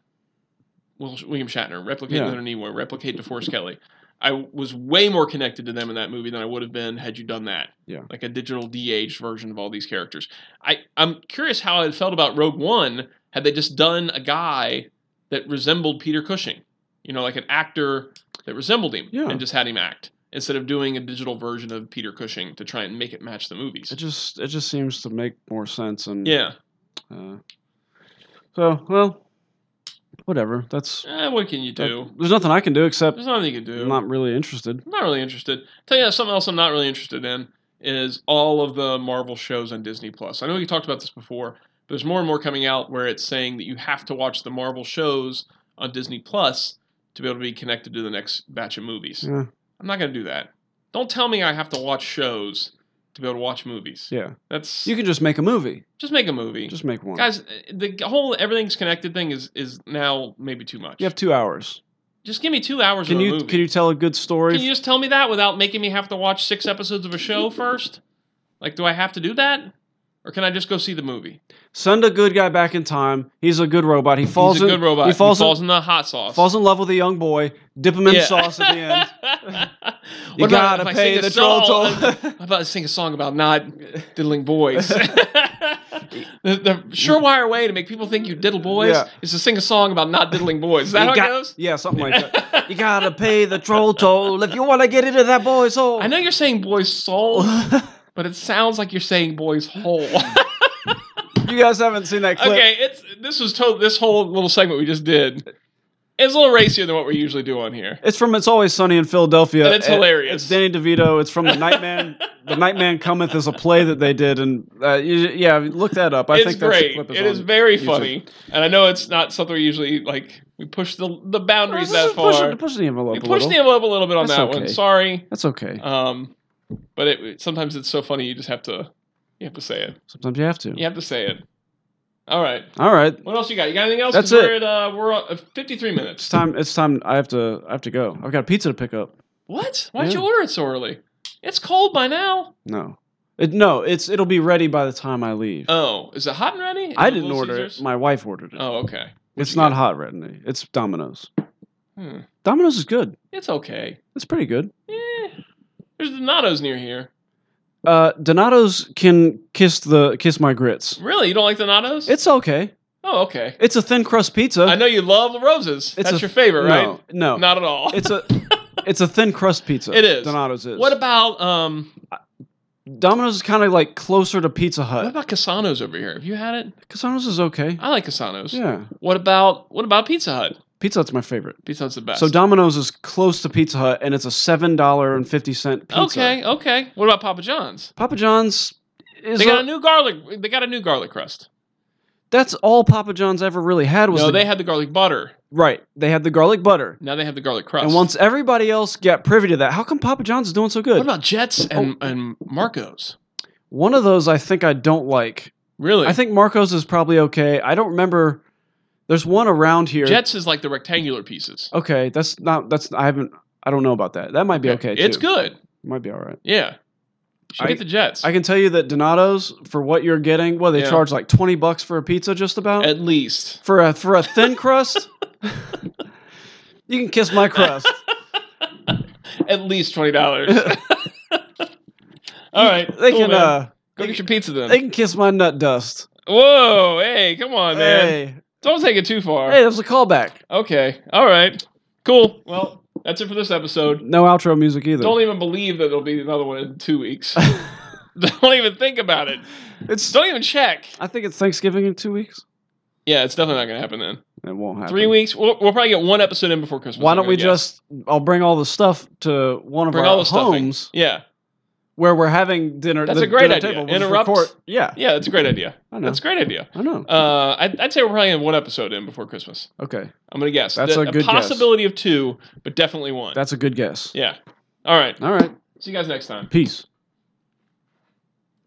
B: Will- William Shatner, replicate
A: Yeah.
B: Leonard Nimoy, replicate DeForest Kelly. I was way more connected to them in that movie than I would have been had you done that.
A: Yeah.
B: Like a digital de-aged version of all these characters. I, I'm curious how I felt about Rogue One had they just done a guy that resembled Peter Cushing. You know, like an actor that resembled him
A: Yeah.
B: and just had him act instead of doing a digital version of Peter Cushing to try and make it match the movies.
A: It just it just seems to make more sense and
B: Yeah.
A: Uh, so well, whatever. That's
B: Eh, what can you
A: that-
B: do?
A: there's nothing I can do except
B: There's nothing you can do.
A: I'm not really interested.
B: I'm not really interested. Tell you something else I'm not really interested in is all of the Marvel shows on Disney Plus. I know we talked about this before, but there's more and more coming out where it's saying that you have to watch the Marvel shows on Disney Plus to be able to be connected to the next batch of movies.
A: Yeah.
B: I'm not going to do that. Don't tell me I have to watch shows to be able to watch movies.
A: Yeah,
B: That's
A: you can just make a movie.
B: just make a movie.
A: Just make one.
B: Guys, the whole everything's connected thing is is now maybe too much.
A: you have two hours.
B: Just give me 2 hours
A: Can
B: of a
A: you
B: movie.
A: can you tell a good story?
B: Can you just tell me that without making me have to watch six episodes of a show first? Like, do I have to do that? Or can I just go see the movie?
A: Send a good guy back in time. He's a good robot. He falls
B: He's a
A: in.
B: good robot.
A: He falls, in,
B: in, the hot sauce.
A: falls in love with a young boy. Dip him in
B: Yeah.
A: sauce at the end. You
B: What about
A: gotta
B: if I
A: pay
B: sing a
A: the troll
B: song-
A: toll.
B: I'm about to sing a song about not diddling boys. the, the surewire way to make people think you diddle boys
A: Yeah.
B: is to sing a song about not diddling boys. Is that
A: You
B: how
A: got-
B: it goes?
A: Yeah, something like that. You gotta pay the troll toll if you want to get into that boy's hole.
B: I know you're saying boys soul, but it sounds like you're saying boys whole.
A: you guys haven't seen that clip.
B: Okay, it's this was total. This whole little segment we just did is a little racier than what we usually do on here.
A: It's from It's Always Sunny in Philadelphia.
B: And it's
A: It-
B: hilarious.
A: It's Danny DeVito. It's from The Nightman. the Nightman Cometh is a play that they did, and uh, you, yeah, look that up. I
B: it's
A: think that's the
B: great.
A: clip. Is
B: it
A: on
B: is very
A: YouTube.
B: funny, and I know it's not something we usually like. We push the the
A: Well,
B: boundaries
A: this is
B: that far.
A: pushing- pushing the envelope
B: we
A: a
B: push the
A: little.
B: envelope a little bit on
A: That's
B: that one.
A: okay.
B: Sorry,
A: That's okay.
B: um, but it sometimes it's so funny you just have to you have to say it.
A: Sometimes you have to.
B: You have to say it. All right.
A: All right,
B: What else you got? You got anything else?
A: That's
B: 'Cause
A: it.
B: We're at, uh, we're at 53
A: it's
B: minutes.
A: time. It's time. I have to. I have to go. I've got pizza to pick up.
B: What? Why'd
A: Yeah.
B: you order it so early? It's cold by now.
A: No, it, no. It's it'll be ready by the time I leave.
B: Oh, is it hot and ready? Is
A: I
B: it
A: didn't
B: Little
A: order
B: Caesars?
A: it. My wife ordered it.
B: Oh, okay.
A: it's
B: you
A: not
B: get?
A: hot ready. It's Domino's.
B: Hmm.
A: Domino's is good.
B: It's okay.
A: It's pretty good.
B: Eh. There's Donato's near here.
A: Uh, Donato's can kiss the kiss my grits.
B: Really? You don't like Donato's?
A: It's okay.
B: oh, okay.
A: It's a thin crust pizza.
B: I know you love the roses.
A: It's
B: That's
A: a-
B: your favorite,
A: No,
B: right?
A: no.
B: Not at all.
A: It's a it's a thin crust pizza.
B: It is.
A: Donato's is.
B: what about um?
A: Domino's is kind of like closer to Pizza
B: What
A: Hut.
B: about Casano's over here? Have you had it?
A: Casano's is okay.
B: I like Casano's.
A: Yeah,
B: What about what about Pizza Hut?
A: Pizza Hut's my favorite.
B: Pizza Hut's the best.
A: So Domino's is close to Pizza Hut, and it's a seven dollar and fifty cent pizza.
B: Okay, okay. What about Papa John's?
A: Papa John's is
B: They got
A: a-
B: a new garlic. They got a new garlic crust.
A: that's all Papa John's ever really had was
B: No,
A: the-
B: they had the garlic butter.
A: right. They had the garlic butter,
B: Now they have the garlic crust.
A: and once everybody else got privy to that, how come Papa John's is doing so good? Oh.
B: What about Jets and, and Marcos?
A: One of those I think I don't like.
B: Really?
A: I think Marcos is probably okay. I don't remember. There's one around here.
B: Jets is like the rectangular pieces.
A: Okay, that's not. That's I haven't. I don't know about that. That might be okay.
B: It's
A: too.
B: good.
A: Might be all right.
B: Yeah. You should
A: I-
B: get the Jets.
A: I can tell you that Donato's for what you're getting. Well, they
B: Yeah.
A: charge like twenty bucks for a pizza, just about
B: At least.
A: for a for a thin crust. you can kiss my crust.
B: At least twenty dollars. All right.
A: They
B: cool,
A: can
B: man.
A: uh,
B: go
A: they
B: get
A: can-
B: your pizza then.
A: they can kiss my nut dust.
B: Whoa, hey, come on, man.
A: hey,
B: Don't take it too far.
A: hey, that was a callback.
B: Okay. All right. Cool. Well, that's it for this episode.
A: No outro music either.
B: Don't even believe that there'll be another one in two weeks. Don't even think about it.
A: it's.
B: Don't even check.
A: I think it's Thanksgiving in two weeks.
B: Yeah, it's definitely not gonna happen then.
A: It won't happen.
B: Three weeks. We'll, we'll probably get one episode in before Christmas.
A: Why
B: I'm
A: don't
B: gonna
A: we just?
B: guess.
A: I'll bring all the stuff to one of
B: bring
A: our
B: all the
A: homes
B: homes? Yeah,
A: where we're having dinner.
B: That's
A: the
B: a great
A: dinner
B: idea.
A: Table. We'll just
B: Interrupt.
A: Yeah,
B: yeah, that's a great idea.
A: I know.
B: That's a great idea.
A: I know.
B: Uh, I'd, I'd say we're probably gonna have one episode in before Christmas.
A: Okay,
B: I'm gonna guess.
A: That's a good guess.
B: possibility of two, but definitely one.
A: that's a good guess.
B: yeah. All right.
A: All right.
B: See you guys next time.
A: Peace.